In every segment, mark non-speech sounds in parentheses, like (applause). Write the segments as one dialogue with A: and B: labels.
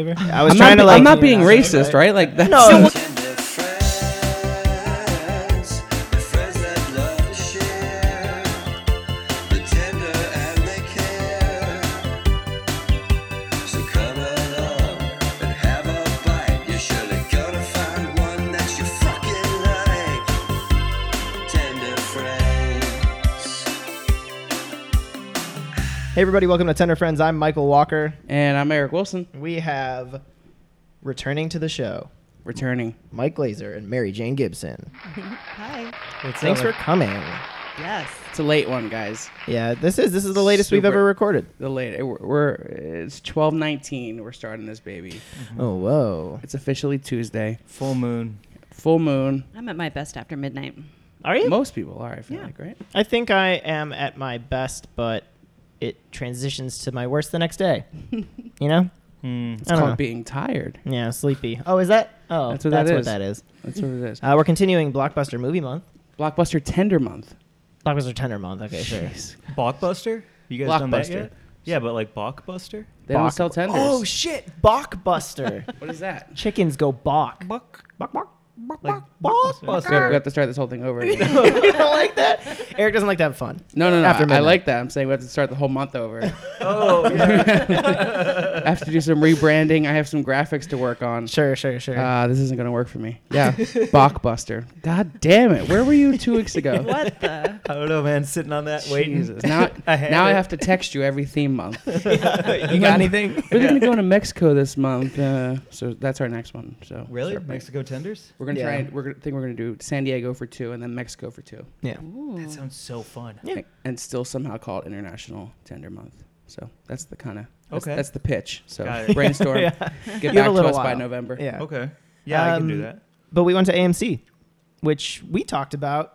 A: favor?
B: I was
C: I'm
B: trying to
C: not, be-
B: like.
C: I'm not being
A: Yeah.
C: racist, right? Like that's
B: No.
C: no.
B: Hey everybody, welcome to Tender Friends. I'm Michael Walker.
C: And I'm Eric Wilson,
B: We have returning to the show
C: returning.
B: Mike Glazer and Mary Jane Gibson.
D: Hi.
A: What's
B: Thanks
A: up?
B: for coming.
D: Yes.
C: It's a late one, guys.
B: Yeah, this is this is the latest we've
C: Super.
B: ever recorded.
C: The late. We're, we're it's 12:19. We're starting this baby.
B: Oh whoa!
C: It's officially Tuesday.
A: full moon.
C: Full moon.
D: I'm at my best after midnight.
B: Are you?
C: Most people are. I feel
D: Yeah.
C: like right.
B: I think I am at my best, but it transitions to my worst the next
C: (laughs)
B: day. you know?
A: Mm.
C: It's
B: I don't
C: called
B: know.
C: being tired.
B: Yeah, sleepy. Oh, is that? Oh,
C: That's what that is. That's what it is.
B: Uh, we're continuing Blockbuster Movie Month.
C: Blockbuster Tender Month.
B: Blockbuster Tender Month. Okay, sure.
C: Jeez.
A: Blockbuster? You guys done that
C: Blockbuster.
A: yet? Yeah, but like Blockbuster?
C: They don't sell tenders.
B: Oh shit! Blockbuster.
C: what is
B: (laughs)
C: that?
B: Chickens go balk.
A: Buck.
B: (laughs) Bok, bok.
A: Like
C: We have, we
A: Blockbuster.
C: have to start this whole thing over. Again.
B: (laughs) you don't like that? Eric doesn't like to have fun.
C: No, no, no.
B: After
C: I, I
B: midnight.
C: like that. I'm saying we have to start the whole
B: (laughs)
C: month over. (laughs)
A: Oh,
C: I have to do some rebranding. I have some graphics to work on.
B: Sure, sure, sure.
C: Uh, this isn't gonna work for me. Yeah, Blockbuster. (laughs) God damn it! Where were you two weeks ago?
D: What (laughs) the?
A: I don't know,
B: (laughs)
A: man. Sitting on that waiting.
C: Jesus. Now,
A: I had
C: now I
A: it.
C: have to text you every theme month.
A: (laughs) you got anything?
C: We're gonna go to Mexico this month, uh, so that's our next one. So
A: Really?
C: Sure.
A: Mexico tenders?
C: We're gonna try.
B: Yeah.
C: And, we're gonna think we're gonna do San Diego for two, and then Mexico for two,
B: yeah.
D: Mm.
A: That sounds so fun.
B: Yeah.
C: and still somehow call it International Tender Month. So that's the kind of that's,
A: Okay.
C: That's the pitch.
B: (laughs)
C: So
A: Got
C: (laughs)
A: it.
C: brainstorm.
B: Yeah.
C: Get
B: You have
C: back
B: a
C: to
B: little
C: us by
B: while.
C: November.
B: Yeah.
A: Okay. Yeah, I can
B: Um,
A: do that.
B: But we went to AMC, which we talked about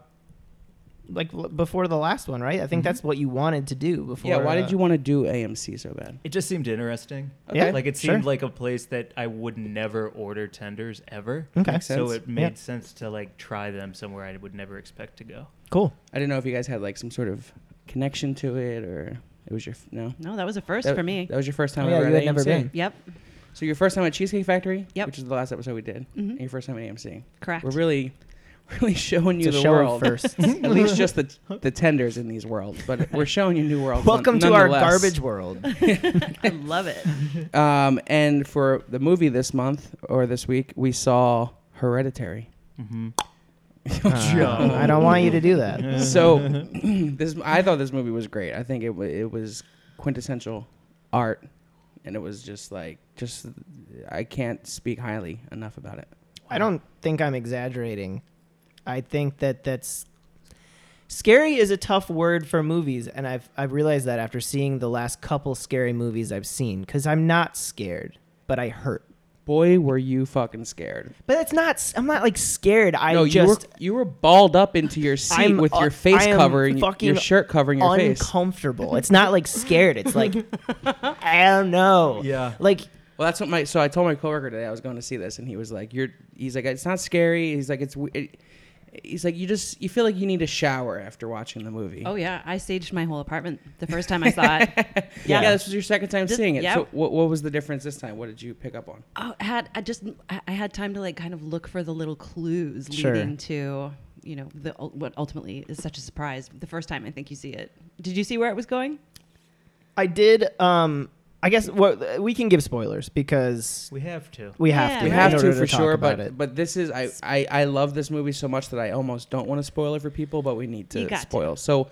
B: like l- before the last one, right? I think that's what you wanted to do before.
C: Mm-hmm. Yeah. Why
B: uh,
C: did you want to do AMC so bad?
A: It just seemed interesting.
B: Yeah,
A: Like it
B: sure.
A: seemed like a place that I would never order tenders ever.
B: uh, Okay.
C: Makes
A: So
C: sense.
A: it made
B: Yeah.
A: sense to like try them somewhere I would never expect to go.
B: Cool.
C: I didn't know if you guys had like some sort of connection to it or it was your f- no.
D: No, that was a first
C: that,
D: for me.
C: That was your first time
B: Oh, yeah,
C: ever
B: you
C: at
B: had never
C: AMC.
B: been.
D: Yep.
C: So your first time at Cheesecake Factory,
D: Yep.
C: which is the last episode we did,
B: Mm-hmm.
C: and
D: hmm
C: your first time at AMC.
D: Correct.
C: We're really, (laughs) really showing you
B: It's a
C: the
B: show
C: world. (laughs)
B: first.
C: at least
B: (laughs)
C: just the the tenders in these worlds, but we're showing you new worlds. none-
B: Welcome to our
C: nonetheless.
B: garbage
C: (laughs)
B: world.
D: I love it.
C: Um, and for the movie this month or this week, we saw Hereditary. (laughs)
A: Mm-hmm.
B: Uh, I don't want you to do that. (laughs)
C: so (clears throat) this I thought this movie was great. I think it wa- it was quintessential art, and it was just like just I can't speak highly enough about it.
B: I don't think I'm exaggerating. I think that that's scary is a tough word for movies, and I've I've realized that after seeing the last couple scary movies I've seen, because I'm not scared, but I hurt.
C: Boy, were you fucking scared!
B: But it's not. s- I'm not like scared. I
C: no,
B: just
C: you were you were balled up into your seat
B: I'm
C: with
B: un-
C: your face
B: I am
C: covering your
B: fucking
C: shirt covering your face.
B: uncomfortable. it's not like scared. It's
C: (laughs)
B: like I don't know.
A: Yeah.
B: Like
C: Well, that's what my so I told my coworker today I was going to see this, and he was like, "You're," he's like, "It's not scary." He's like, "It's," we- it, he's like, "You just you feel like you need a shower after watching the movie."
D: Oh yeah, I staged my whole apartment the first time I saw
C: (laughs)
D: it.
C: yeah.
B: Yeah.
C: this was your second time
D: This-
C: seeing it.
D: yeah.
C: So what, what was the difference this time? What did you pick up on?
D: Oh, I had I just I I had time to like kind of look for the little clues
B: Sure.
D: leading to you know the ul- what ultimately is such a surprise the first time I think you see it. Did you see where it was going?
B: I did. Um, I guess what we can give spoilers because
A: We have to.
B: we have
D: Yeah,
B: to.
C: We
B: in
D: right.
C: have
B: order
C: to for
B: talk
C: sure,
B: about
C: but
B: it.
C: but this is I, I I love this movie so much that I almost don't want to spoil it for people, but we need
D: You
C: to
D: got to.
C: spoil. So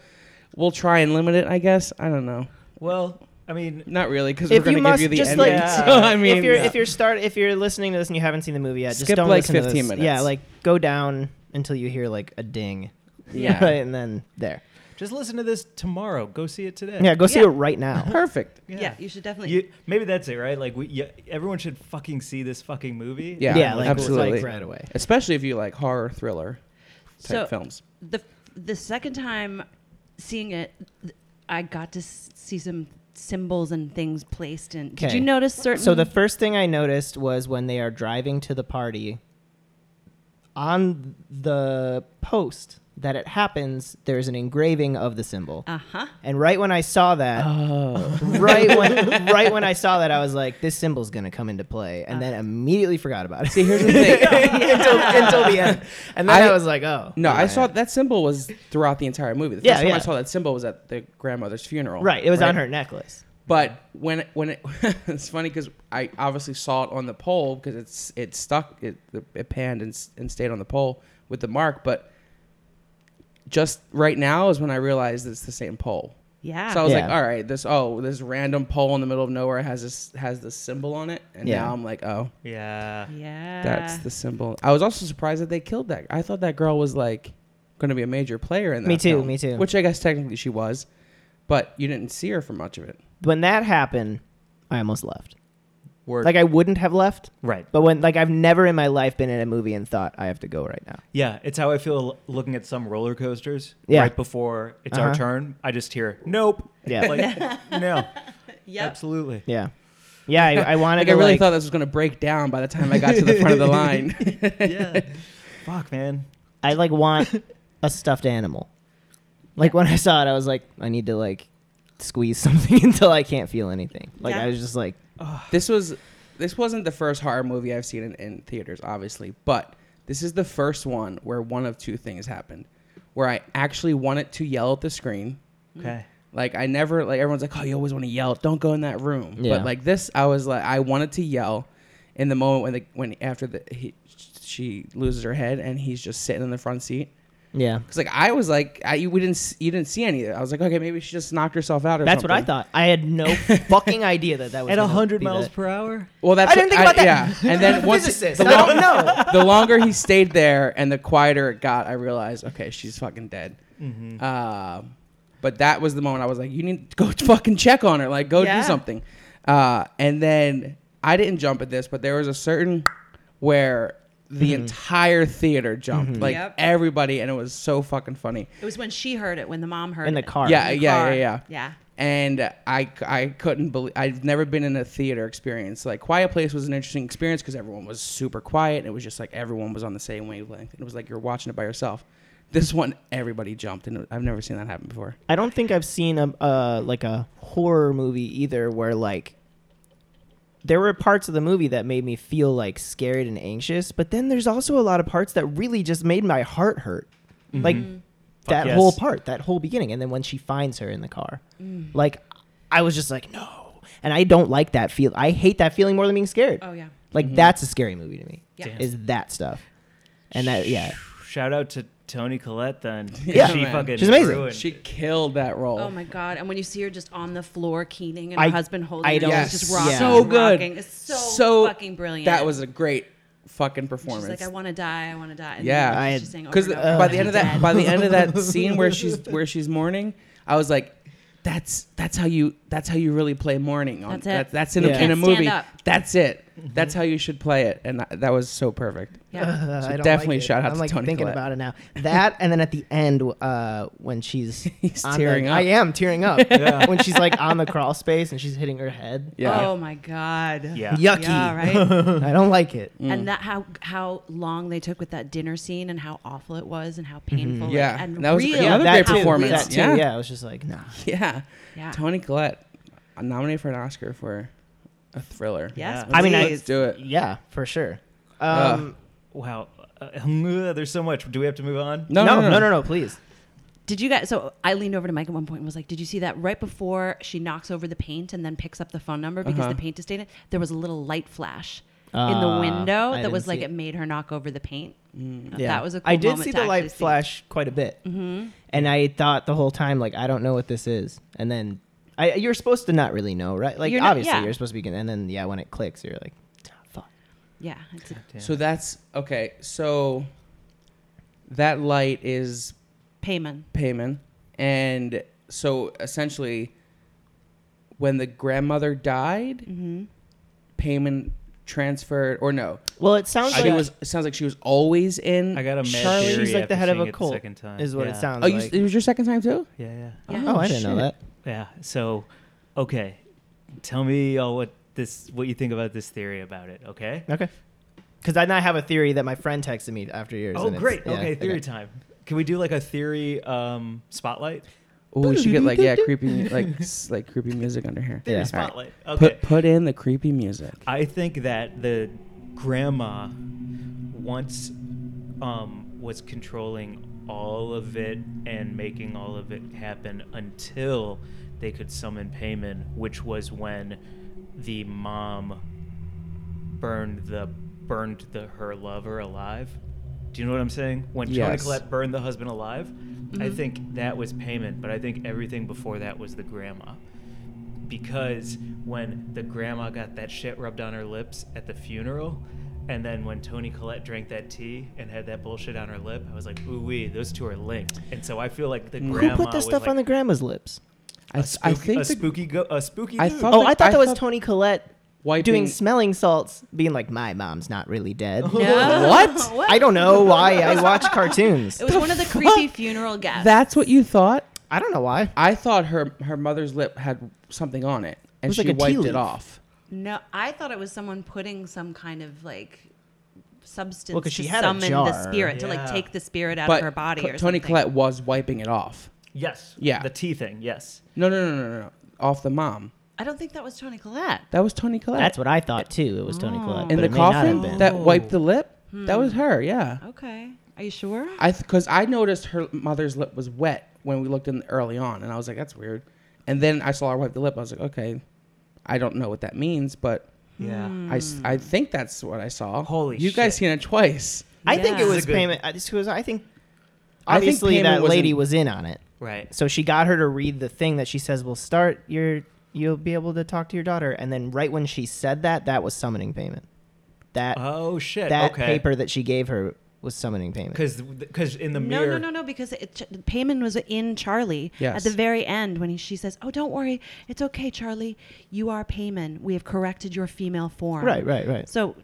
C: we'll try and limit it, I guess. I don't know,
A: Well, I mean,
C: not really, because we're
B: If
C: going
B: you
C: to give
B: must
C: you the
B: just
C: ending.
B: like,
A: Yeah.
C: So (laughs) I mean,
B: if you're
C: yeah.
B: if you're start if you're listening to this and you haven't seen the movie yet, just
C: Skip,
B: don't
C: like,
B: listen to
C: 15
B: this.
C: minutes.
B: Yeah, like go down until you hear like a ding.
C: Yeah.
B: Right, (laughs) and then there.
A: just listen to this tomorrow. Go see it today.
B: Yeah, go see
D: Yeah.
B: it right
C: (laughs)
B: now.
C: perfect.
D: Yeah, you should definitely.
A: You, maybe that's it, right? Like, we, yeah, everyone should fucking see this fucking movie.
C: Yeah,
B: Yeah, like,
C: absolutely.
B: like right away.
C: especially if you like horror thriller type
D: So-
C: films.
D: the the second time seeing it, th- I got to s- see some symbols and things placed in. Did
B: Okay.
D: you notice certain?
B: So the first thing I noticed was when they are driving to the party on the post that it happens, there's an engraving of the symbol.
D: Uh huh.
B: And right when I saw that,
C: Oh.
B: right when right when I saw that, I was like, this symbol's gonna come into play, and then immediately forgot about it.
C: See, here's
B: (laughs)
C: the thing.
B: until, until the end, and then I,
C: I-
B: was like, oh,
C: No, I
B: yeah.
C: saw that symbol was throughout the entire movie. The first
B: Yeah,
C: time
B: yeah.
C: I saw that symbol was at the grandmother's funeral.
B: Right, it was on her necklace.
C: But when it, when it, (laughs) it's funny because I obviously saw it on the pole because it's it stuck it it panned and, s- and stayed on the pole with the mark. But just right now is when I realized it's the same pole.
D: Yeah.
C: So I was like,
B: Yeah.
C: all right, this oh this random pole in the middle of nowhere has this has this symbol on it, and
B: Yeah.
C: now I'm like, oh,
A: Yeah.
D: yeah.
C: that's the symbol. I was also surprised that they killed that. I thought that girl was like going to be a major player in that.
B: Me too,
C: film,
B: me too.
C: Which I guess technically she was, but you didn't see her for much of it.
B: When that happened, I almost left.
A: Word.
B: Like I wouldn't have left,
A: right.
B: but when like I've never in my life been in a movie and thought I have to go right now.
A: Yeah, it's how I feel l- looking at some roller coasters.
B: Yeah.
A: Right before it's our
B: Uh-huh.
A: turn, I just hear, nope.
B: Yeah. (laughs)
A: Like, no,
D: Yep.
A: absolutely.
B: Yeah, yeah. I, I wanted.
C: Like
B: to,
C: I
B: (laughs)
C: really
B: like-
C: thought this was going to break down by the time I got to the front
B: (laughs)
C: of the line. (laughs)
A: Yeah. (laughs) Fuck, man.
B: I like want a stuffed animal. Like when I saw it, I was like, I need to like squeeze (laughs) something until I can't feel anything. Like
D: Yeah.
B: I was just like,
C: this was this wasn't the first horror movie I've seen in, in theaters, obviously, but this is the first one where one of two things happened, where I actually wanted to yell at the screen.
B: Mm.
A: Okay.
C: Like I never like everyone's like, oh, you always want to yell. Don't go in that room.
B: Yeah.
C: But like this, I was like, I wanted to yell in the moment when the when after the he, she loses her head and he's just sitting in the front seat.
B: yeah.
C: Cause like I was like, I, you- we didn't s- you didn't see any of it. I was like, okay, maybe she just knocked herself out or
B: That's
C: something.
B: what I thought. I had
A: (laughs)
B: no fucking idea that that was
A: At
B: gonna
A: 100
B: be
A: miles
B: that.
A: per hour?
C: Well, that's
B: I didn't
C: what-
B: think about that.
C: Yeah,
B: (laughs)
C: and then once
B: Physicist.
C: the,
B: I don't
C: long-
B: know.
C: the longer he stayed there and the quieter it got, I realized, okay, she's fucking dead.
B: Mm-hmm.
C: Um, but that was the moment I was like, you need to go (laughs) fucking check on her, like go
D: Yeah.
C: do something. Uh, and then I didn't jump at this, but there was a certain where the entire theater jumped, like
D: Yep.
C: everybody, and it was so fucking funny.
D: It was when she heard it, when the mom heard
B: in the
D: it.
B: car.
C: Yeah,
D: In the
C: yeah,
D: car.
C: yeah, yeah.
D: Yeah.
C: and I, I couldn't believe I've never been in a theater experience like Quiet Place was an interesting experience because everyone was super quiet and it was just like everyone was on the same wavelength and it was like you're watching it by yourself. This one everybody jumped and I've never seen that happen before.
B: I don't think I've seen a uh, like a horror movie either where like there were parts of the movie that made me feel like scared and anxious, but then there's also a lot of parts that really just made my heart hurt. Like
D: Mm-hmm.
B: that
A: Mm-hmm. yes.
B: whole part, that whole beginning, and then when she finds her in the car,
D: Mm.
B: like I was just like no, and I don't like that feel. I hate that feeling more than being scared.
D: Oh yeah.
B: Like
A: Mm-hmm.
B: that's a scary movie to me.
D: Yeah.
B: Is that stuff? And that yeah,
A: Shout out to Tony Collette then.
B: (laughs)
C: Yeah,
A: she
C: man.
A: fucking
B: She's amazing.
A: ruined-
C: She killed that role.
D: Oh my god! And when you see her just on the floor keening and
B: I-
D: her husband holding
B: I
D: her,
B: don't-
D: she's just rocking,
B: Yes.
C: So good.
D: rocking. It's so, fucking brilliant.
C: That was a great fucking
D: She's
C: performance.
D: like, I want to die. I want to die. And
C: Yeah.
D: then
B: I
D: she's
B: had-
D: just saying over
C: because uh,
D: and over,
C: by the
D: "I'm
C: end of that
D: dead."
C: by the end of that scene where she's where she's mourning i was like that's that's how you that's how you really play mourning on
D: That's it.
C: that- that's in,
B: You
C: a, in a
D: can't stand
C: movie
D: up.
C: that's it that's how you should play it and I, that was so perfect
D: yeah.
B: Uh, (laughs)
C: So
B: I don't
C: definitely
B: like it.
C: shout out
B: I'm
C: to
B: like
C: Toni
B: thinking
C: Collette.
B: about it
C: (laughs)
B: now. That and then at the end, uh, when she's
C: He's
B: on
C: tearing
B: the,
C: up.
B: I am tearing
C: (laughs)
B: up
A: Yeah.
B: when she's like on the crawl space and she's hitting her head.
C: (laughs) yeah
D: Oh my god.
A: Yeah.
B: Yucky.
D: Yeah. Right.
B: (laughs) I don't like it.
D: and that how how long they took with that dinner scene and how awful it was and how painful. it-
C: Yeah.
D: And
C: That was a
D: real.
C: great- another
B: that
C: great
B: too,
C: performance.
B: that too,
C: Yeah.
B: yeah. I was just like, nah.
C: yeah
D: Yeah.
C: tony collette nominated for an oscar for a thriller
D: Yes.
A: Yeah.
B: I mean, I-
D: please.
C: let's do it
B: Yeah, for sure. Um,
A: Wow. Uh, (laughs) there's so much. Do we have to move on?
C: no no no,
B: no, no, please.
D: Did you guys? So I leaned over to Mike at one point and was like, "Did you see that right before she knocks over the paint and then picks up the phone number because
C: Uh-huh.
D: the paint is stained? There was a little light flash in the
B: Ah,
D: window
B: I
D: that was
B: didn't
D: like
B: see
D: it.
B: it.
D: made her knock over the paint.
B: Yeah.
D: That was a cool
B: I did
D: moment
B: see
D: to
B: the light
D: actually see.
B: flash quite a bit, mm-hmm. and I thought the whole time like I don't know what this is, and then I you're supposed to not really know, right? Like
D: You're not-
B: obviously
D: yeah.
B: you're supposed to be, and then yeah, when it clicks, you're like, "Ah, fuck.
D: Yeah, it's a,
C: so that's okay so that light is
D: payment.
C: payment. And so essentially, when the grandmother died,
D: Mm-hmm.
C: payment transferred or no?
B: Well, it sounds
C: She
B: like
C: was. It sounds like she was always in.
A: I got a mad
C: Charlie.
A: theory
B: she's like the
A: after
B: head of
A: seeing
B: a
A: it the
B: cult.
A: second time.
B: Is what it
A: Yeah.
B: sounds
C: Oh, you,
B: like.
C: it was your second time too.
A: Yeah, yeah.
D: Yeah.
B: oh, I didn't know
C: shit.
B: that.
A: Yeah. So, okay, tell me all what this what you think about this theory about it. Okay.
B: Okay. Because I now have a theory that my friend texted me after yours.
A: Oh,
B: and it's-
A: great.
B: yeah,
A: okay, theory time. Can we do like a theory um, spotlight?
C: Oh, we should get like yeah, creepy like s- like creepy music under here.
A: Theory
B: Yeah.
C: All right.
A: spotlight. Okay.
C: Put put in the creepy music.
A: I think that the grandma once um, was controlling all of it and making all of it happen until they could summon payment, which was when the mom burned the burned the her lover alive. Do you know what I'm saying? When Tony
C: Yes.
A: Collette burned the husband alive, I think that was payment, but I think everything before that was the grandma because when the grandma got that shit rubbed on her lips at the funeral, and then when Tony Collette drank that tea and had that bullshit on her lip, I was like, ooh wee, those two are linked. And so I feel like the
C: Who put
A: grandma
B: Who put the
A: was
B: stuff
A: like
B: on the grandma's lips?
C: I,
A: a
C: th- I
A: spooky-
C: think
A: a
C: the
A: spooky go, a spooky.
C: I
A: dude.
C: thought
B: Oh, I thought
C: I
B: that was
C: thought-
B: Tony Collette
C: wiping-
B: doing smelling salts, being like, "My mom's not really (laughs) dead."
D: No.
B: (laughs)
C: What?
B: I don't know why (laughs) I watch cartoons.
D: It was
B: (laughs)
D: one of the creepy funeral guests.
C: That's what you thought.
B: I don't know why.
C: I thought her her mother's lip had something on it, and
B: was
C: she
B: like a tea
C: wiped
B: leaf.
C: it off.
D: no. I thought it was someone putting some kind of like substance
B: 'cause she
D: to
B: had a
D: summon the
B: jar.
D: spirit to like
A: Yeah.
D: take the spirit out
C: but
D: of her body.
C: Co-
D: or
C: Tony
D: something.
C: Collette was wiping it off.
A: Yes.
C: Yeah.
A: The tea thing. Yes.
C: No, no, no, no, no, no. Off the mom.
D: I don't think that was Tony Collette.
C: That was Tony Collette.
B: That's what I thought too. It was Tony Collette
C: in
B: but
C: the
B: it may not have
C: coffin
B: been.
C: that wiped the lip. That was her. Yeah.
D: Okay. Are you sure?
C: I because I noticed her mother's lip was wet when we looked in early on, and I was like, that's weird. And then I saw her wipe the lip. I was like, okay, I don't know what that means, but
A: Yeah.
C: I, s- I think that's what I saw.
A: Holy
C: you guys
A: shit.
C: seen it twice.
B: I think
D: Yeah.
B: it
D: This is
B: was
A: a good-
B: payment. I, this was- I think
C: I think
B: obviously
C: payment
B: that
C: was
B: lady
C: in-
B: was in on it.
A: Right.
B: So she got her to read the thing that she says will start your you'll be able to talk to your daughter and then right when she said that that was summoning payment. That
A: Oh shit.
B: that
A: okay.
B: paper that she gave her was summoning payment.
A: Because because in the
D: No,
A: mirror.
D: no, no, no. Because it, Ch- Payman was in Charlie
C: Yes.
D: at the very end when he, she says, "Oh, don't worry, it's okay, Charlie. You are Payman. We have corrected your female form."
B: Right, right, right.
D: So,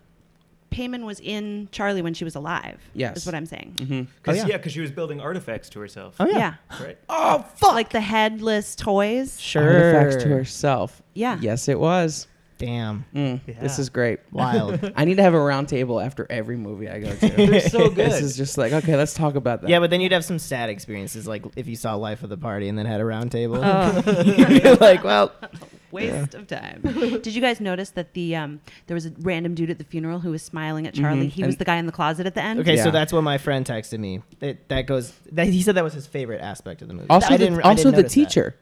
D: Payman was in Charlie when she was alive.
C: Yes.
D: is what I'm saying.
C: Mm-hmm.
A: Cause,
B: Oh, yeah.
A: yeah, because she was building artifacts to herself.
B: Oh, yeah.
D: yeah.
A: Right.
B: Oh fuck.
D: like the headless toys.
B: sure.
C: Artifacts to herself.
D: Yeah.
C: Yes, it was.
B: Damn.
C: Mm, This
A: Yeah.
C: is great. (laughs)
B: Wild.
C: I need to have a round table after every movie I
B: (laughs)
C: go to.
A: They're so
C: (laughs)
A: good.
C: this is just like, okay, let's talk about that.
B: yeah, but then you'd have some sad experiences like if you saw Life of the Party and then had a round table.
D: Oh,
B: (laughs) You'd be like, well,
D: waste of time. (laughs) Did you guys notice that the um, there was a random dude at the funeral who was smiling at Charlie?
C: Mhm.
D: He was
C: And-
D: the guy in the closet at the end.
B: Okay,
C: Yeah.
B: so that's what my friend texted me. It, that goes. That, he said that was his favorite aspect of the movie.
C: also,
B: I
C: the,
B: didn't- I
C: also
B: didn't
C: the
B: notice that.
C: teacher.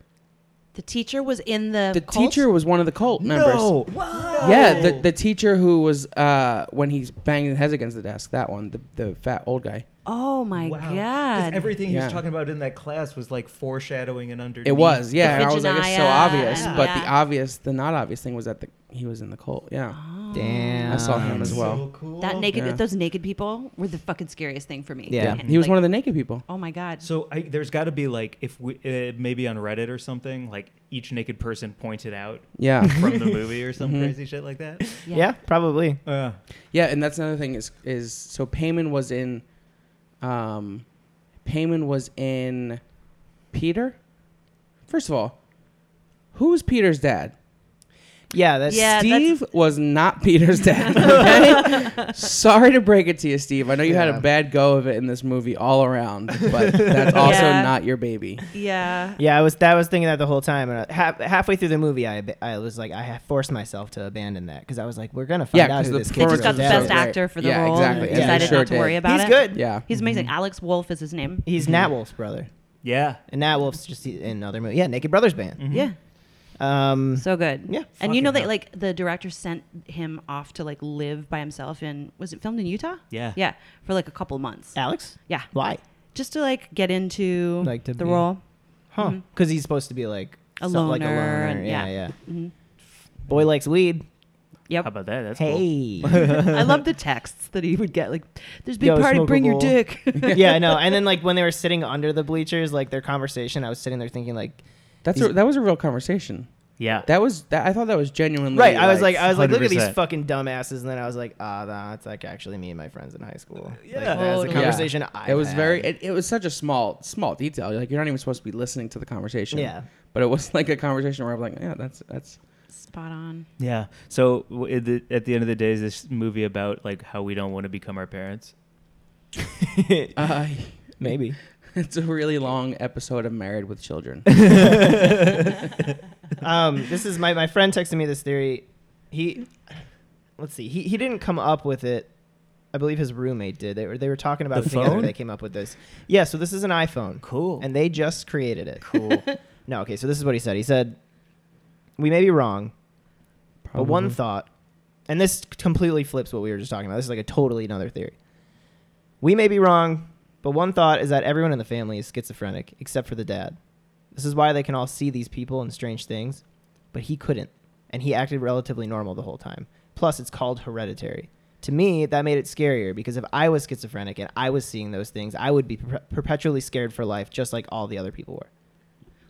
D: The teacher was in the
C: The
D: cult?
C: teacher was one of the cult members. Yeah, the, the teacher who was uh, when he's banging his head against the desk. That one, the, the fat old guy.
D: Oh my
A: 'Cause
D: god!
A: Everything he
C: Yeah.
A: was talking about in that class was like foreshadowing and underneath.
C: It was, yeah.
D: The
C: and I was like, it's so
D: Virginia
C: obvious,
D: and-
C: but the
D: yeah.
C: obvious, the not obvious thing was that the, he was in the cult. Yeah,
B: Damn,
C: I saw him as well.
A: So cool.
D: that naked
C: Yeah.
D: those naked people were the fucking scariest thing for me.
B: Yeah.
C: Yeah,
D: And,
C: he was
D: like,
C: one of the naked people.
D: Oh my god!
A: So I, there's got to be like if we uh, maybe on Reddit or something like each naked person
C: (laughs)
A: pointed out
C: Yeah,
A: from the movie or some
C: Mm-hmm.
A: crazy shit like that.
B: Yeah, probably.
A: Uh,
C: yeah, and that's another thing is is so Payman was in, um, Payman was in, Peter. First of all, who was Peter's dad?
B: Yeah, that's
D: Yeah. that's-
C: Steve was not Peter's dad. (laughs) Okay? Sorry to break it to you, Steve. I know you had
B: Yeah.
C: a bad go of it in this movie all around, but that's
D: (laughs)
C: also
D: Yeah.
C: not your baby.
D: Yeah.
B: Yeah, I was. That I was thinking that the whole time. And I- half, halfway through the movie, I ab- I was like, I have forced myself to abandon that because I was like, we're gonna find
C: Yeah,
B: out
C: 'cause
B: who
C: the
B: this
D: They
B: kid
C: performance
B: is.
D: just got the
C: was
D: best
C: great.
D: actor for the
C: Yeah,
D: role.
C: exactly.
D: And
B: Yeah,
D: decided
B: they sure
D: not to worry
C: did. Mm-hmm.
D: about
B: He's
D: it.
B: good.
C: Yeah. Mm-hmm.
D: He's amazing. Alex Wolf is his name.
B: He's Nat Wolf's brother,
A: yeah.
B: and Nat Wolf's just in other movies. Yeah, Naked Brothers Band.
D: Yeah.
C: Mm-hmm.
B: Um,
D: So good.
B: Yeah,
D: And you
A: fucking
D: know that
A: hell.
D: like the director sent him off to like live by himself in was it filmed in Utah?
A: Yeah.
D: Yeah. For like a couple months.
B: Alex,
D: Yeah.
B: why?
D: Just to like get into
B: Like to
D: the
B: be-
D: role.
B: Huh? Because he's supposed to be like
D: Mm-hmm. A
B: some- like a
D: loner
B: loner.
D: and-
B: yeah,
D: yeah. Mm-hmm.
B: yeah. Boy likes weed.
A: How
D: Yep.
A: about that? That's cool.
B: Hey.
D: (laughs)
B: (laughs)
D: I love the texts that he would get like there's a big
B: Yo,
D: party,
B: smoke a
D: bring your
B: bowl."
D: dick.
B: (laughs) yeah, I know. And then like when they were sitting under the bleachers, like their conversation, I was sitting there thinking like,
C: That's a,
B: He's-
C: that was a real conversation.
A: Yeah.
C: That was that, I thought that was genuinely
B: right. I was like, I was like, look at these
A: 100%.
B: fucking dumbasses, and then I was like, ah, nah, it's like actually me and my friends in high school.
A: Yeah.
B: like, that was a
D: Totally.
B: conversation. I.
C: it was very. It, it was such a small small detail. Like you're not even supposed to be listening to the conversation.
B: Yeah.
C: But it was like a conversation where I'm like, yeah, that's that's
D: (laughs) Spot on.
A: Yeah. So w- at the, at the end of the day, is (laughs) this movie about like how we don't want to become our parents?
C: uh,
B: Maybe.
C: (laughs) It's a really long episode of Married with Children.
B: (laughs) (laughs) um, this is my my friend texted me this theory. He, let's see, he, he didn't come up with it. I believe his roommate did. They were they were talking about
A: The
B: it together.
A: phone?
B: They came up with this. Yeah. So this is an iPhone,
A: Cool.
B: and they just created it.
D: (laughs)
A: cool.
B: (laughs) No. Okay. So this is what he said. He said, "We may be wrong, (laughs) but one
C: Probably.
B: thought, and this completely flips what we were just talking about. This is like a totally another theory. We may be wrong, but one thought is that everyone in the family is schizophrenic except for the dad. This is why they can all see these people and strange things, but he couldn't, and he acted relatively normal the whole time. Plus, it's called hereditary. To me, that made it scarier because if I was schizophrenic and I was seeing those things, I would be per- perpetually scared for life, just like all the other people were.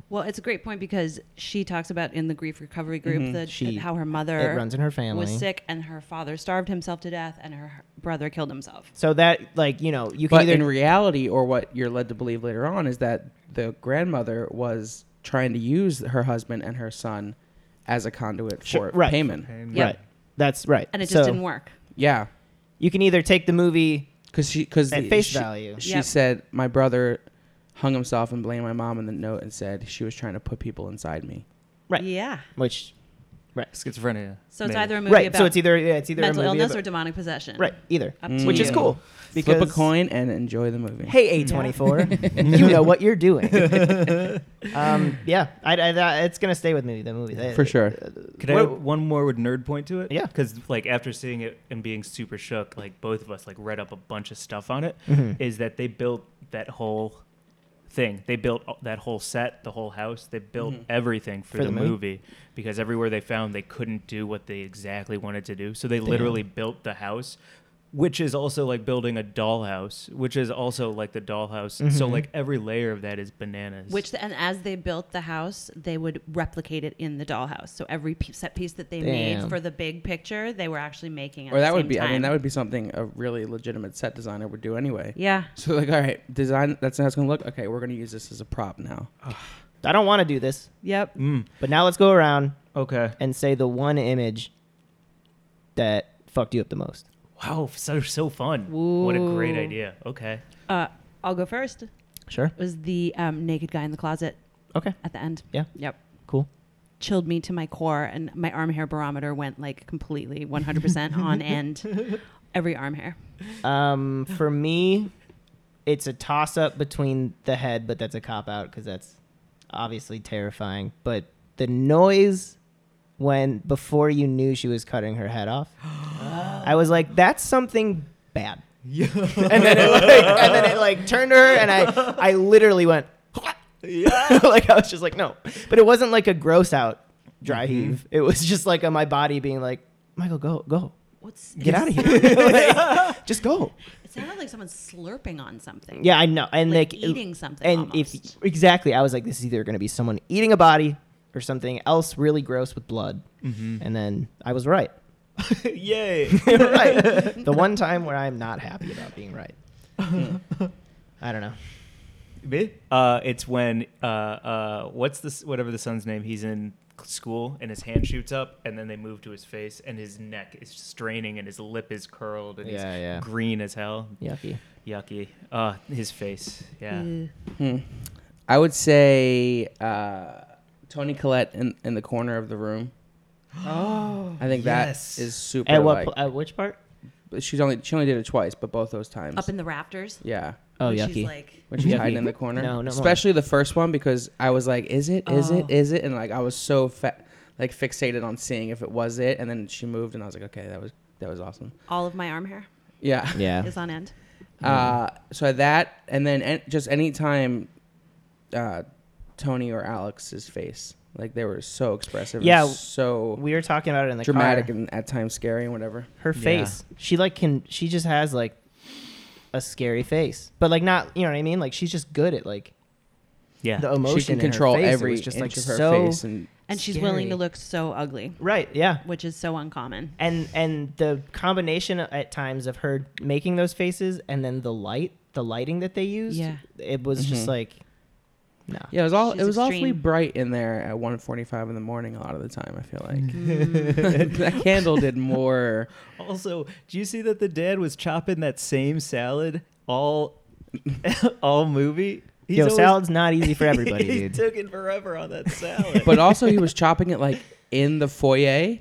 D: Well, it's a great point because she talks about in the grief recovery group
C: Mhm.
D: that
B: Mm-hmm. She-
D: how her mother
B: it runs in her family.
D: was sick and her father starved himself to death and her brother killed himself.
B: So that, like, you know, you can
C: But
B: either
C: in reality, or what you're led to believe later on, is that the grandmother was trying to use her husband and her son as a conduit for
B: Sure, right.
C: payment.
A: And-
D: Yeah.
B: Right. That's right.
D: And it
B: So
D: just didn't work.
C: Yeah,
B: You can either take the movie
C: because she because
B: at face value.
C: She
D: Yep.
C: said my brother hung himself and blamed my mom in the note and said she was trying to put people inside me.
B: Right.
D: Yeah.
B: Which
A: Schizophrenia.
D: So it's
A: Maybe.
D: either a movie
B: right.
D: about
B: So it's either yeah, it's either
D: mental
B: a movie
D: illness or
B: about-
D: demonic possession.
B: right either,
D: Up
C: Mm.
D: to
B: which
D: you.
B: is cool because
C: Flip a coin and enjoy the movie.
B: Hey, A twenty
D: (laughs)
B: four, you know what you're doing. um, yeah, I, I, that, it's gonna stay with me. The movie
C: For sure.
A: Could I
B: What-
A: add one more with nerd point to it?
B: Yeah.
A: Because like after seeing it and being super shook, like both of us like read up a bunch of stuff on it. Is
B: Mhm.
A: that they built that whole thing? They built all- that whole set, the whole house. They built
C: Mhm.
A: everything
B: For
A: for, the,
B: the
A: movie?
B: movie?
A: because everywhere they found they couldn't do what they exactly wanted to do. So they literally built the house. Which is also like building a dollhouse, which is also like the dollhouse. So
B: Mhm.
A: like every layer of that is bananas.
D: Which and as they built the house, they would replicate it in the dollhouse. So every p- set piece that they
B: Damn.
D: made for the big picture, they were actually making. At
C: or
D: the
C: that would
D: same
C: be. I mean,
D: time.
C: that would be something a really legitimate set designer would do anyway.
D: Yeah.
C: So like, all right, design. That's how it's gonna look. Okay, we're gonna use this as a prop now.
B: I don't want to do this,
D: Yep.
A: Mm,
B: but now let's go around
A: okay.
B: and say the one image that fucked you up the most.
A: Wow, so so fun. What a great
D: Ooh.
A: idea. Okay.
D: Uh, I'll go first. It
B: Sure.
D: was the um, naked guy in the closet
B: Okay.
D: at the end.
B: Yeah.
D: Yep.
B: Cool.
D: Chilled me to my core, and my arm hair barometer went like
B: (laughs)
D: completely 100% on end. Every arm hair.
B: Um, for me, it's a toss up between the head, but that's a cop out because that's obviously terrifying. But the noise when before you knew she was cutting her head off, I was like, that's something bad. Yeah. (laughs) and then it like, and then
A: (laughs)
B: it like turned to her, and I I literally went. (laughs) like I was just like no, but it wasn't like a gross out dry heave. It was just like a, my body being like, Michael, go go,
D: What's
B: get
D: it-
B: out of here, (laughs) Like, just go.
D: (laughs) It sounded like someone slurping on something.
B: Yeah, I know. And
D: Like
B: like, e
D: eating something.
B: and
D: almost.
B: if exactly, I was like, this is either going to be someone eating a body or something else really gross with blood.
C: Mm-hmm.
B: And then I was right. (laughs)
A: Yay.
C: (laughs)
B: right. (laughs) The one time where I'm not happy about being right.
C: Hmm.
B: I don't know.
A: Me? Uh, it's when uh, uh, what's this? Whatever the son's name, he's in school and his hand shoots up, and then they move to his face, and his neck is straining, and his lip is curled, and
B: Yeah,
A: he's
B: yeah.
A: green as hell.
B: Yucky.
A: Yucky. Uh, his face. Yeah.
D: Ugh.
C: Hmm. I would say uh, Tony Collette in, in the corner of the
D: (gasps)
C: room.
A: Oh.
C: I think
A: yes.
C: that is super.
B: At what?
C: like-
B: pl- at which part?
C: but she's only she only did it twice, but both those times.
D: Up in the rafters.
C: yeah,
B: Oh,
D: when
B: yucky.
D: She's like,
C: when she's
B: Yucky.
C: hiding in the corner.
B: No, no more.
C: Especially the first one because I was like, is it? Is
D: Oh.
C: it? Is it? And like I was so fa- like fixated on seeing if it was it, and then she moved, and I was like, okay, that was that was awesome.
D: all of my arm hair
C: Yeah.
B: yeah.
D: is on end.
C: Uh, so that, and then an just any time, uh, Tony or Alex's face, like they were so expressive. and
B: Yeah.
C: so
B: We were talking about it in the
C: dramatic
B: car.
C: and at times scary and whatever.
B: Her
A: Yeah.
B: face. She like can. She just has like a scary face, but like not. You know what I mean? Like she's just good at like
A: Yeah.
B: the emotion.
C: she can
B: in her
C: control
B: face. It
C: every
B: was just
C: inch
B: like
C: of her
B: so
C: face, and
D: And she's willing to
B: Scary.
D: look so ugly,
B: Right. Yeah.
D: which is so uncommon.
B: and and the combination at times of her making those faces and then the light the lighting that they used
D: Yeah.
B: it was just
A: Mm-hmm.
C: Mhm.
B: like nah
C: yeah, it was all
D: She's
C: it was awfully
D: extreme.
C: bright in there at 1:45 in the morning. A lot of the time, I feel like (laughs) that candle did more.
A: also, do you see that the dad was chopping that same salad all (laughs) all movie. He's
B: Yo,
A: always-
B: salad's not easy
A: (laughs)
B: for everybody,
A: he
B: dude.
A: took it forever on that salad.
C: But also, he was chopping it like in the foyer.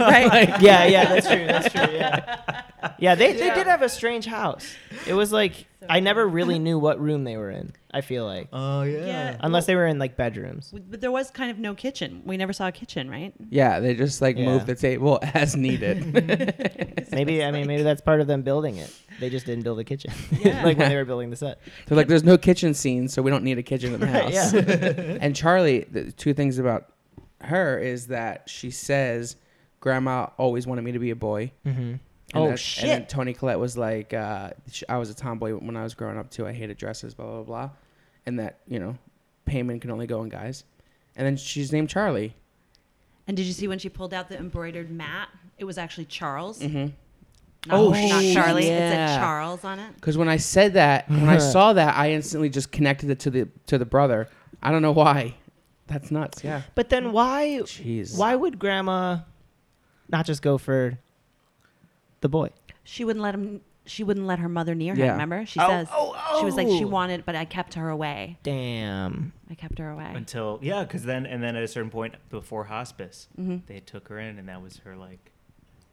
C: right? Like,
B: yeah, yeah, (laughs) that's true. That's true. Yeah, yeah. They they did have a strange house. It was like I never really knew what room they were in. I feel like
A: oh yeah.
D: Yeah.
B: unless they were in like bedrooms.
D: We- But there was kind of no kitchen. We never saw a kitchen, right?
C: Yeah, they just like
B: Yeah.
C: moved the table as needed.
D: (laughs)
B: Maybe I mean maybe that's part of them building it. They just didn't build a kitchen, (laughs)
D: Yeah.
B: like when they were building the set.
C: They're like, there's no kitchen scene, so we don't need a kitchen in
B: (laughs)
C: the
B: Right,
C: house.
B: yeah.
C: (laughs)
B: (laughs)
C: and Charlie, the two things about her is that she says, Grandma always wanted me to be a boy.
B: Mm-hmm.
C: And
B: Oh,
C: that's- And then
B: shit.
C: Tony Collette was like, uh, sh- I was a tomboy when I was growing up too. I hated dresses, blah blah blah, and that you know, payment can only go on guys. And then she's named Charlie.
D: And did you see when she pulled out the embroidered mat? It was actually Charles.
C: Mm-hmm.
D: Not,
C: Oh,
D: not
C: shit.
D: Charlie. It
C: Yeah.
D: said Charles on it.
C: Because when I said that,
B: (laughs)
C: when I saw that, I instantly just connected it to the to the brother. I don't know why. That's nuts. Yeah.
B: But then why
C: Jeez.
B: why would grandma not just go for the boy?
D: She wouldn't let him. She wouldn't let her mother near
C: Yeah.
D: him. Remember, she
B: Oh,
D: says
B: oh,
D: she was like she
B: oh.
D: wanted, but I kept her away.
B: Damn.
D: I kept her away.
A: Until yeah, because then and then at a certain point before hospice, they took her in, and that was her like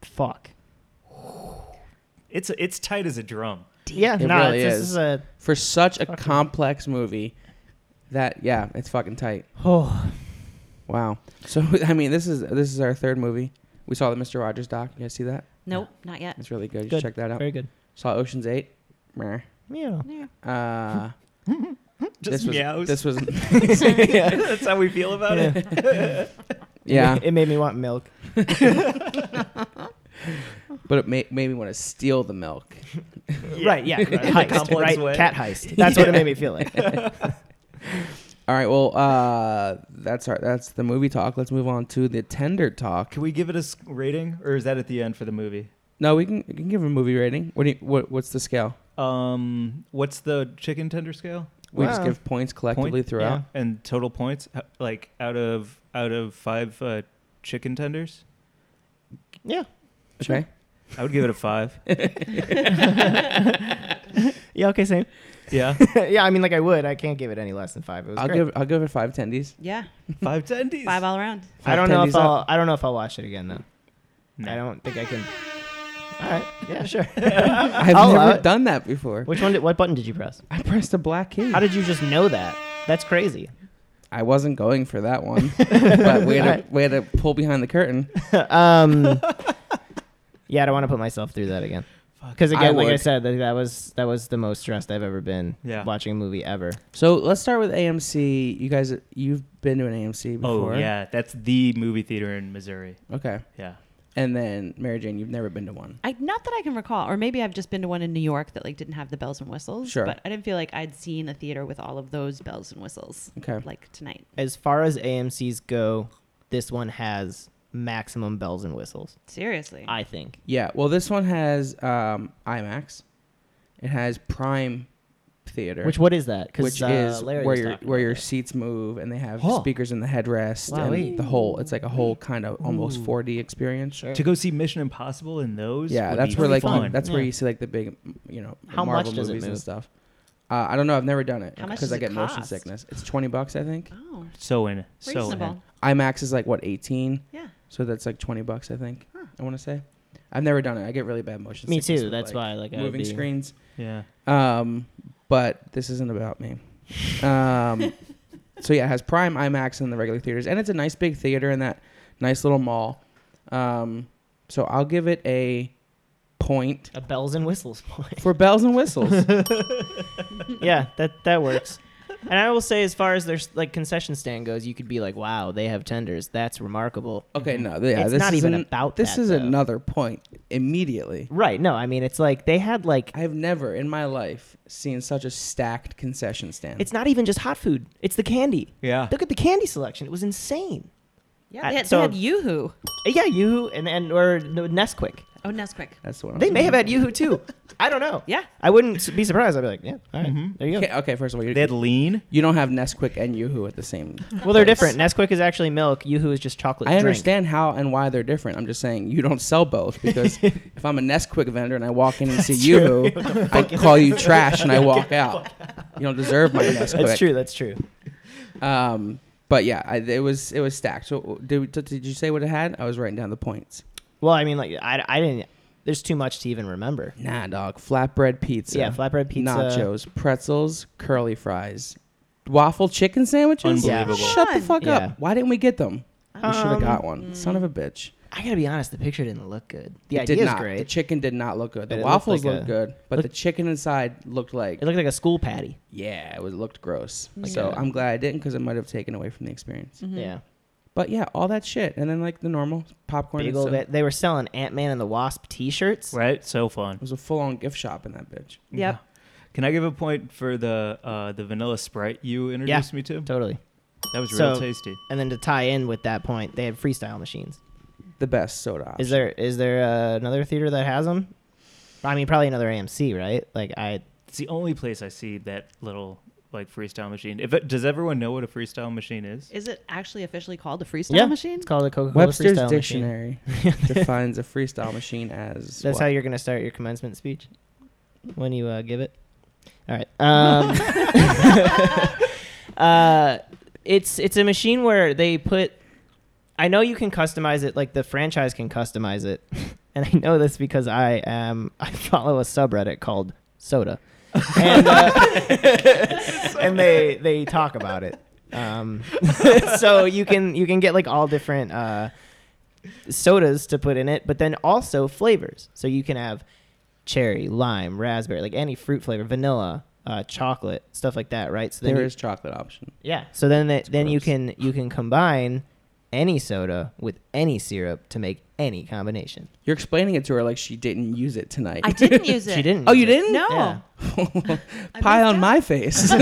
B: Fuck.
A: it's it's tight as a drum.
B: Yeah,
C: It
B: no,
C: really
B: it's- this
C: is.
B: is a
C: For such a complex movie, that yeah, it's fucking tight.
B: oh
C: Wow. So (laughs) I mean, this is this is our third movie. We saw the Mister Rogers doc. You guys see that?
D: nope, not yet.
C: It's really good. You
B: Good.
C: should check that out.
B: very good.
C: Saw Ocean's Eight. Meh.
B: Yeah.
D: Yeah.
C: Uh,
A: (laughs)
C: this
A: Just
C: was,
A: meows.
C: This was
B: (laughs)
D: (laughs)
A: That's how we feel about it. (laughs)
C: yeah,
B: It made me want milk.
C: but it made, made me want to steal the milk.
B: (laughs) Right,
D: (laughs)
B: yeah.
A: Right.
B: Heist,
A: Complex
B: right?
A: way.
B: Cat heist. That's what it made me feel like. (laughs)
C: All right, well, uh, that's our that's the movie talk. Let's move on to the tender talk.
A: Can we give it a s- rating, or is that at the end for the movie?
C: No, we can we can give a movie rating. What do you, what what's the scale?
A: Um, what's the chicken tender scale?
C: We just
B: Wow.
C: give points collectively
A: Point?
C: throughout.
A: and total points, H- like out of out of five uh, chicken tenders,
B: Yeah.
C: Okay.
A: I would give it
B: (laughs)
A: a five.
C: (laughs)
B: Yeah, okay, same. (laughs)
A: yeah,
B: yeah, I mean like I would. I can't give it any less than five. It was
C: I'll
B: great.
C: give I'll give it five tendies.
D: Yeah,
A: five tendies.
D: five all around.
B: I
C: Five
B: don't know if
C: tendies up.
B: I'll I don't know if I'll watch it again though.
A: No.
B: I don't think I can all right. Yeah, (laughs) sure.
C: (laughs) I've
B: I'll allow
C: never
B: it.
C: done that before.
B: Which one did what button did you press?
C: I pressed a black key.
B: How did you just know that? That's crazy.
C: I wasn't going for that one, but we had, to, we had to pull behind the curtain.
B: (laughs) um, yeah, I don't want to put myself through that again. Because
C: I
B: again, like I
C: would.
B: said, that, that was that was the most stressed I've ever been
A: Yeah.
B: watching a movie ever.
C: So let's start with AMC. You guys, you've been to an AMC before.
A: Oh yeah, that's the movie theater in Missouri.
C: Okay.
A: Yeah,
C: And then Mary Jane, you've never been to one.
D: I not that I can recall, or maybe I've just been to one in New York that like didn't have the bells and whistles.
C: Sure.
D: But I didn't feel like I'd seen a theater with all of those bells and whistles.
C: Okay.
D: Like tonight,
B: As far as AMC's go, this one has maximum bells and whistles.
D: seriously.
B: I think.
C: Yeah. Well, this one has um, IMAX. It has Prime Theater,
B: Which what is that? uh,
C: which is where your where your
B: you're.
C: seats move, and they have
B: Huh.
C: speakers in the headrest
B: Wowee.
C: and the whole. It's like a whole kind of almost
B: Ooh.
C: 4D experience.
B: Sure.
A: to go see Mission Impossible in those.
C: Yeah,
A: would
C: that's
A: be
C: where like
A: fun.
C: that's where
B: Yeah.
C: you see like the big, you know, the
B: How
C: Marvel
B: much does it
C: movies and
B: move?
C: stuff. Uh, I don't know. I've never done it
D: How much
C: because
D: does
C: I
D: it
C: get motion
D: cost?
C: sickness. It's twenty bucks, I think.
D: oh,
A: so in so in.
D: reasonable.
C: IMAX is like what eighteen,
D: yeah.
C: so that's like twenty bucks, I think.
D: Huh.
C: I want to say. I've never done it. I get really bad motion.
B: Me
C: sickness
B: too.
C: with,
B: That's
C: like,
B: why like I would
C: moving
B: be-
C: screens.
A: Yeah.
C: Um, but this isn't about me.
B: (laughs)
C: Um, so yeah, it has Prime, IMAX, and the regular theaters, and it's a nice big theater in that nice little mall. Um, so I'll give it a point
B: A bells and whistles (laughs)
C: (laughs)
B: point.
C: for bells and
A: (laughs)
C: whistles.
B: yeah, that that works. And I will say, as far as their like concession stand goes, you could be like, "Wow, they have tenders. That's remarkable."
C: okay, no, yeah,
B: It's
C: this
B: not
C: is
B: even
C: an-
B: about
C: This
B: that,
C: is
B: though.
C: another point immediately.
B: Right? No, I mean, it's like they had like
C: I have never in my life seen such a stacked concession stand.
B: It's not even just hot food. It's the candy.
A: Yeah.
B: Look at the candy selection. It was insane.
D: Yeah,
B: I-
D: they had,
B: so-
D: they had Yoo-Hoo.
B: Uh, Yeah, you and and or no, Nesquik.
D: Oh, Nesquik.
C: That's the one. I
B: They
C: was
B: may have
C: thinking.
B: had YooHoo too. I don't know.
D: Yeah.
B: I wouldn't s- be surprised. I'd be like, yeah, all right,
A: Mhm.
B: there you go.
C: Mm-hmm. Okay, uh, okay, first of all,
A: They
C: you
A: had lean.
C: you don't have Nesquik and YooHoo at the same.
B: Well, they're
C: place.
B: different. Nesquik is actually milk. YooHoo is just chocolate.
C: I
B: drink.
C: understand how and why they're different. I'm just saying you don't sell
B: (laughs)
C: both because if I'm a Nesquik vendor and I walk in and see you, I call you trash and I walk out. You don't deserve my Nesquik.
B: That's true. That's true.
C: Um, but yeah, I, it was it was stacked. So did, we- did you say what it had? I was writing down the points.
B: Well, I mean, like, I, I didn't. There's too much to even remember.
C: Nah, dog. Flatbread pizza.
B: Yeah, flatbread pizza.
C: Nachos, pretzels, curly fries, waffle chicken sandwiches.
A: Unbelievable.
D: Yeah.
C: Shut the fuck
B: Yeah.
C: up. Why didn't we get them? We
B: Um,
C: should have got one. Son of a bitch.
B: I gotta be honest. The picture didn't look good. The
C: It
B: idea
C: did
B: is
C: not. The
B: great.
C: chicken did not look
B: But
C: good. The
B: it looked
C: waffles
B: like
C: looked,
B: a-
C: good, but
B: look-
C: the chicken inside looked like
B: it looked like a school patty.
C: yeah, it was looked gross.
D: Mm.
C: so
B: a-
C: I'm glad I didn't because it might have taken away from the experience.
D: Mm-hmm.
B: Yeah.
C: But yeah, all that shit, and then like the normal popcorn. and
B: Bagel.
C: stuff.
B: They, they were selling Ant Man and the Wasp T-shirts.
A: Right? So fun.
C: It was a full-on gift shop in that bitch.
D: Yep.
A: Can I give a point for the uh, the vanilla sprite you introduced me to?
B: Totally.
A: That was
B: So-
A: real tasty.
B: And then to tie in with that point, they had freestyle machines.
C: The best soda. Option.
B: Is there is there uh, another theater that has them? I mean, probably another AMC, right? Like I
A: It's the only place I see that little like freestyle machine. If it, does everyone know what a freestyle machine is?
D: (laughs) Is it actually officially called a freestyle
B: yeah,
D: machine?
B: It's called a Coca Cola
C: Webster's
B: freestyle machine. (laughs)
C: dictionary (laughs) defines a freestyle machine as
B: That's
C: what?
B: how you're gonna start your commencement speech when you uh, give it. All right. Um, (laughs) uh, it's it's a machine where they put. I know you can customize it, like the franchise can customize it, and I know this because I am I follow a subreddit called Soda, and, uh, and they they talk about it. Um, (laughs) so you can you can get like all different uh, sodas to put in it, but then also flavors. So you can have cherry, lime, raspberry, like any fruit flavor, vanilla, uh, chocolate, stuff like that, right? So then
C: there
B: you-
C: is chocolate option.
B: yeah. So then that then you
C: gross.
B: can you can combine any soda with any syrup to make any combination.
C: You're explaining it to her like she didn't use it tonight.
D: I
C: (laughs)
D: didn't use it.
B: She didn't.
C: Oh,
B: use
C: you
B: it.
C: didn't? (laughs) Oh.
D: No.
B: Yeah.
C: Pie
D: missed
C: on
D: out.
C: my
D: (laughs)
C: face.
D: I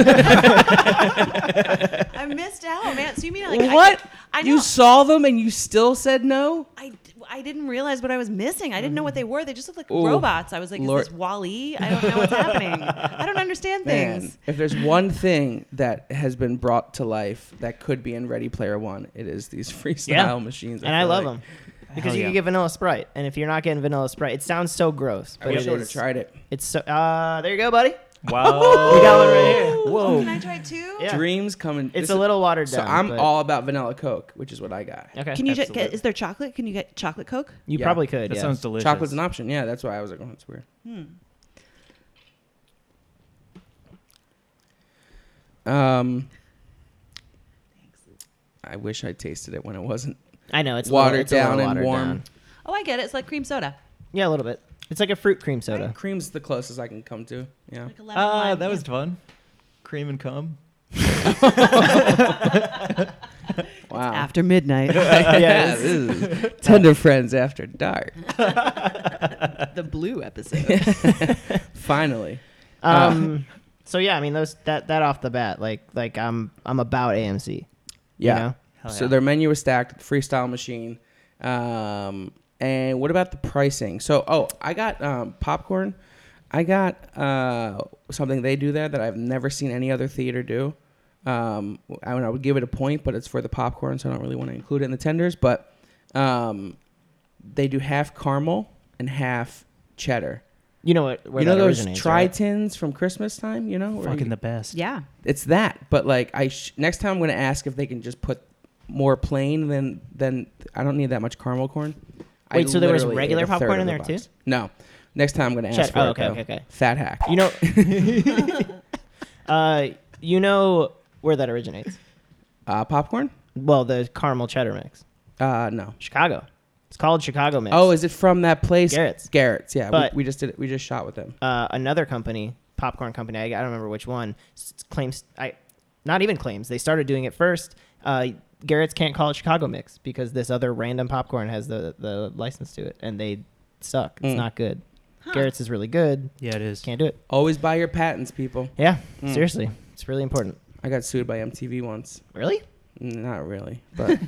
D: missed out, man. So you mean like I
C: what?
D: could- I, know.
C: You saw them and you still said no?
D: I, d- I didn't realize what I was missing. I didn't know what they were. They just looked like
C: Ooh.
D: robots. I was like,
C: Lord-
D: is this Wally? I don't know what's happening. I don't understand
C: Man,
D: things.
C: if there's one thing that has been brought to life that could be in Ready Player One, it is these (laughs) freestyle
B: Yeah.
C: machines.
B: And I
C: feel
B: love
C: like-
B: them because
A: Hell
B: you
A: yeah.
B: can get vanilla Sprite, and if you're not getting vanilla Sprite, it sounds so gross.
C: I
B: But
C: wish
B: it
C: I would have
B: is-
C: tried it.
B: It's so. Uh, there you go, buddy.
A: Wow.
B: We got one right here.
A: Oh,
D: Whoa. Oh, Can I try two?
B: Yeah.
C: Dreams coming.
B: It's a little watered
C: So
B: down.
C: I'm
B: but-
C: all about vanilla Coke, which is what I got.
B: Okay.
D: Can you just get,
A: Absolutely.
D: is there chocolate? Can you get chocolate Coke?
B: you
C: Yeah.
B: probably could.
A: That
B: yeah.
A: sounds delicious.
C: Chocolate's an option. Yeah, that's why I was like, oh, that's weird.
D: Hmm.
C: Um, I wish I tasted it when it wasn't
B: I know it's a little-
C: watered
B: it's a little
C: down and
B: watered
C: warm.
B: down.
D: Oh, I get it. It's like cream soda.
B: Yeah, a little bit. It's like a fruit cream soda.
C: Cream's the closest I can come to. Yeah.
D: Like a lemon
A: Ah,
D: lime.
A: that was
D: Yeah.
A: fun. Cream and cum.
C: Wow.
D: after
C: (laughs)
D: midnight.
C: yeah, this is Tender Friends After Dark. (laughs)
D: the blue episode.
C: Finally.
B: Um,
C: Uh.
B: (laughs) so yeah, I mean those that that off the bat, like like I'm I'm about AMC.
C: Yeah.
B: know?
A: Hell
C: So
A: yeah.
C: their menu was stacked, freestyle machine. Um, and what about the pricing? So, oh, I got um, popcorn. I got uh, something they do there that I've never seen any other theater do. Um, I, mean, I would give it a point, but it's for the popcorn, so I don't really want to include it in the tenders. But um, they do half caramel and half cheddar.
B: You know what? Where
C: you know
B: that
C: those
B: originates,
C: tri
B: right?
C: tins from Christmas time? You know, where you-
A: fucking the
D: (laughs)
A: best.
D: yeah.
C: it's that. But like, I sh- next time I'm gonna ask if they can just put more plain than than I don't need that much caramel corn. I
B: Wait, so there was
C: literally ate
B: regular
C: a third
B: popcorn in
C: of the
B: there, too?
C: box. No. Next time I'm gonna ask
B: Check-
C: for
B: oh,
C: it,
B: okay,
C: though.
B: okay, okay.
C: Fat hack.
B: You
C: (laughs)
B: know, (laughs) uh, you know where that originates?
C: uh, popcorn?
B: Well, the caramel cheddar mix,
C: Uh, no.
B: Chicago. It's called Chicago mix.
C: Oh, is it from that place?
B: Garrett's.
C: Garrett's. Yeah.
B: But-
C: we, we just did. It, we just shot with them.
B: uh, another company, popcorn company. I, I don't remember which one. s- Claims I, not even claims. They started doing it first. Uh, Garrett's can't call it Chicago mix because this other random popcorn has the the license to it, and they suck. It's
C: Mm.
B: not good.
D: Huh.
B: Garrett's is really good.
A: Yeah, it is.
B: Can't do it.
C: Always buy your patents, people.
B: Yeah,
C: Mm.
B: seriously, it's really important.
C: I got sued by MTV once.
B: Really? (laughs)
C: Not really, but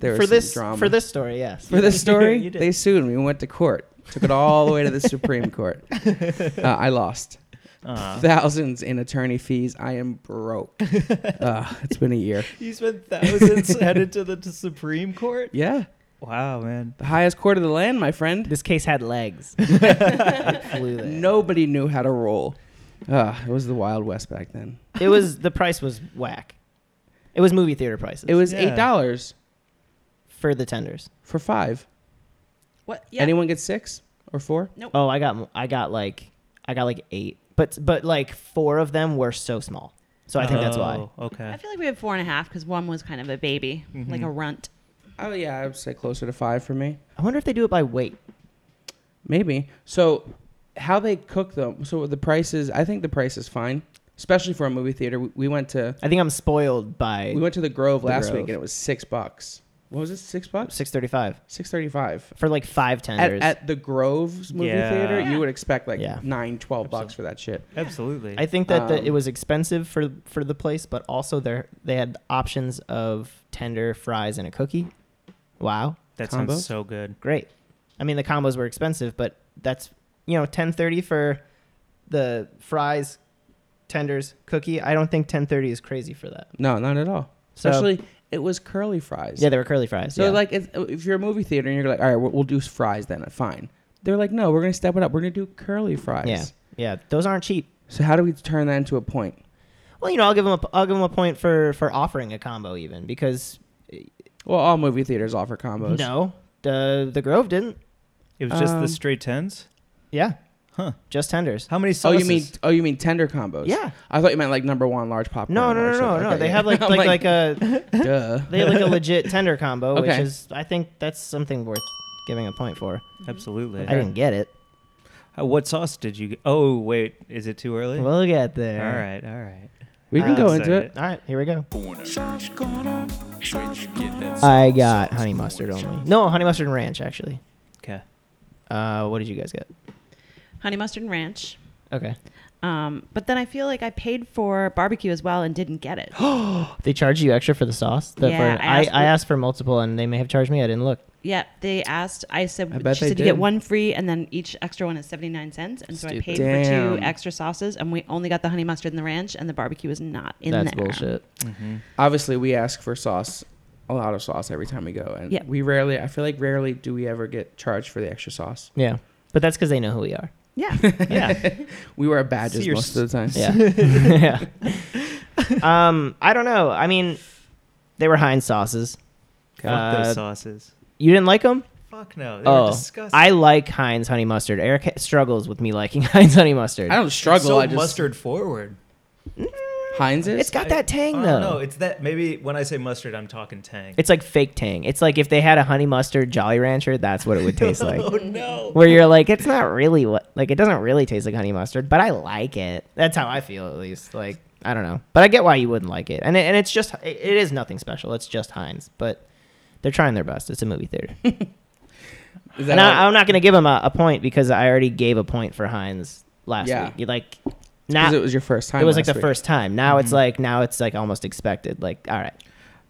C: there was
B: for
C: some
B: this
C: drama.
B: for this story, yes.
C: (laughs) for this story,
A: You did.
C: they sued me. We went to court. Took it all the way to the Supreme (laughs) Court. Uh, I lost Uh-huh.
A: Aw.
C: thousands in attorney fees. I am (laughs) broke. uh, it's been a year.
A: (laughs) You spent thousands (laughs) headed to the to Supreme Court?
C: Yeah,
A: Wow, man.
C: the highest court of the land, my friend.
B: This case had legs.
C: (laughs)
B: It flew there.
C: Nobody knew how to roll. Uh, it was the Wild West back then.
B: It was the price was whack. It was movie theater prices.
C: It was
A: Yeah.
C: eight dollars
B: for the tenders.
C: for five.
D: What? Yeah.
C: Anyone get six or four?
B: Oh, I got I got like I got like eight, but but like four of them were so small. So I think that's why.
A: Oh, Okay.
D: I feel like we had four and a half because one was kind of a baby, like a runt.
C: Oh yeah, I would say closer to five for me.
B: I wonder if they do it by weight.
C: Maybe. So how they cook them? So the price is. I think the price is fine, especially for a movie theater. We, we went to
B: I think I'm spoiled by
C: we went to the Grove
B: The
C: last
B: Grove.
C: week and it was six bucks. What was it? Six bucks?
B: six thirty five
C: Six thirty-five.
B: for like five
C: At,
B: tenders.
C: at the Grove's movie
A: Yeah.
C: theater,
D: Yeah.
C: you would expect like
B: Yeah.
C: nine, twelve bucks for that shit.
A: Absolutely.
B: I think that the,
C: um,
B: it was expensive for for the place, but also there they had options of tender fries and a cookie. Wow,
A: that
C: Combos?
A: sounds so good.
B: great. I mean, the combos were expensive, but that's you know ten thirty for the fries, tenders, cookie. I don't think ten thirty is crazy for that.
C: No, not at all.
B: So-
C: Especially it was curly fries.
B: Yeah, they were curly fries.
C: So
B: yeah.
C: like if, if you're a movie theater and you're like, all right, we'll, we'll do fries then. uh, Fine. They're like, no, we're gonna step it up. We're gonna do curly fries.
B: yeah, yeah, those aren't cheap.
C: So how do we turn that into a point?
B: Well, you know, I'll give them a I'll give them a point for for offering a combo even because
C: Well, all movie theaters offer combos.
B: no, the the Grove didn't.
A: It was just
C: Um,
A: the straight tens?
B: Yeah,
A: Huh.
B: just tenders.
A: How many
C: Oh,
A: sauces?
C: you mean oh, you mean tender combos?
B: Yeah.
C: I thought you meant like number one large popcorn.
B: No, no,
C: or
B: no, no,
C: something.
B: no.
C: Okay,
B: They
C: yeah. (laughs)
B: have like
C: I'm
B: like, like a
C: duh.
B: they have like
C: (laughs)
B: a legit tender combo, which
C: Okay.
B: is I think that's something worth giving a point for.
A: Absolutely.
B: I didn't get it.
A: Uh, what sauce did you? Oh wait, is it too early?
B: We'll get
A: all
B: there.
A: right, all right.
C: We can
B: I'm
C: go into it.
A: excited.
B: All right, here we go.
E: I
B: I got honey mustard only. No, honey mustard and ranch actually.
A: Okay.
B: Uh, what did you guys get?
D: Honey mustard and ranch.
B: Okay.
D: Um, but then I feel like I paid for barbecue as well and didn't
C: (gasps)
D: get it.
B: They charge you extra for the sauce. The-
D: Yeah,
B: for-
D: I
B: I,
D: asked-
B: I asked for multiple, and they may have charged me. I didn't look.
D: yeah, they asked. I said,
C: I bet
D: she
C: they
D: said you get
C: did.
D: one free and then each extra one is seventy nine cents. And so I
B: Stupid.
D: paid for
C: Damn.
D: two extra sauces and we only got the honey mustard and the ranch and the barbecue was not in
B: That's
D: there.
B: bullshit.
C: Obviously, we ask for sauce, a lot of sauce every time we go, and
D: Yeah.
C: we rarely. I feel like rarely do we ever get charged for the extra sauce.
B: Yeah, but that's because they know who we are.
C: (laughs)
D: Yeah.
A: (laughs) Yeah.
C: We wear badges
A: See your
C: most of the time.
B: Yeah.
A: (laughs)
B: yeah. (laughs) Um, I don't know. I mean, they were Heinz sauces.
A: Fuck
B: Uh,
A: those sauces.
B: You didn't like them?
A: Fuck no. They were
B: Oh,
A: disgusting.
B: I like Heinz honey mustard. Eric ha- struggles with me liking (laughs) Heinz honey mustard.
C: (laughs) I don't struggle.
A: So
C: I just
A: mustard forward.
C: Heinz is.
B: Mm. It's got that tang
A: I
B: though.
A: don't know. It's that maybe when I say mustard, I'm talking tang.
B: It's like fake tang. It's like if they had a honey mustard Jolly Rancher, that's what it would taste like.
A: (laughs) oh no.
B: Where you're like, it's not really what, like, it doesn't really taste like honey mustard, but I like it. That's how I feel, at least. Like, I don't know, but I get why you wouldn't like it. And it, and it's just, it, it is nothing special. It's just Heinz, but they're trying their best. It's a movie (laughs) theater,
C: Is that
B: and I,
C: all-
B: I'm not gonna give them a, a point because I already gave a point for Heinz last
C: Yeah.
B: week. You like,
C: 'cause
B: not
C: it was your first time.
B: it was like
C: last
B: the
C: week.
B: first time. Now it's like now it's like almost expected. Like all right,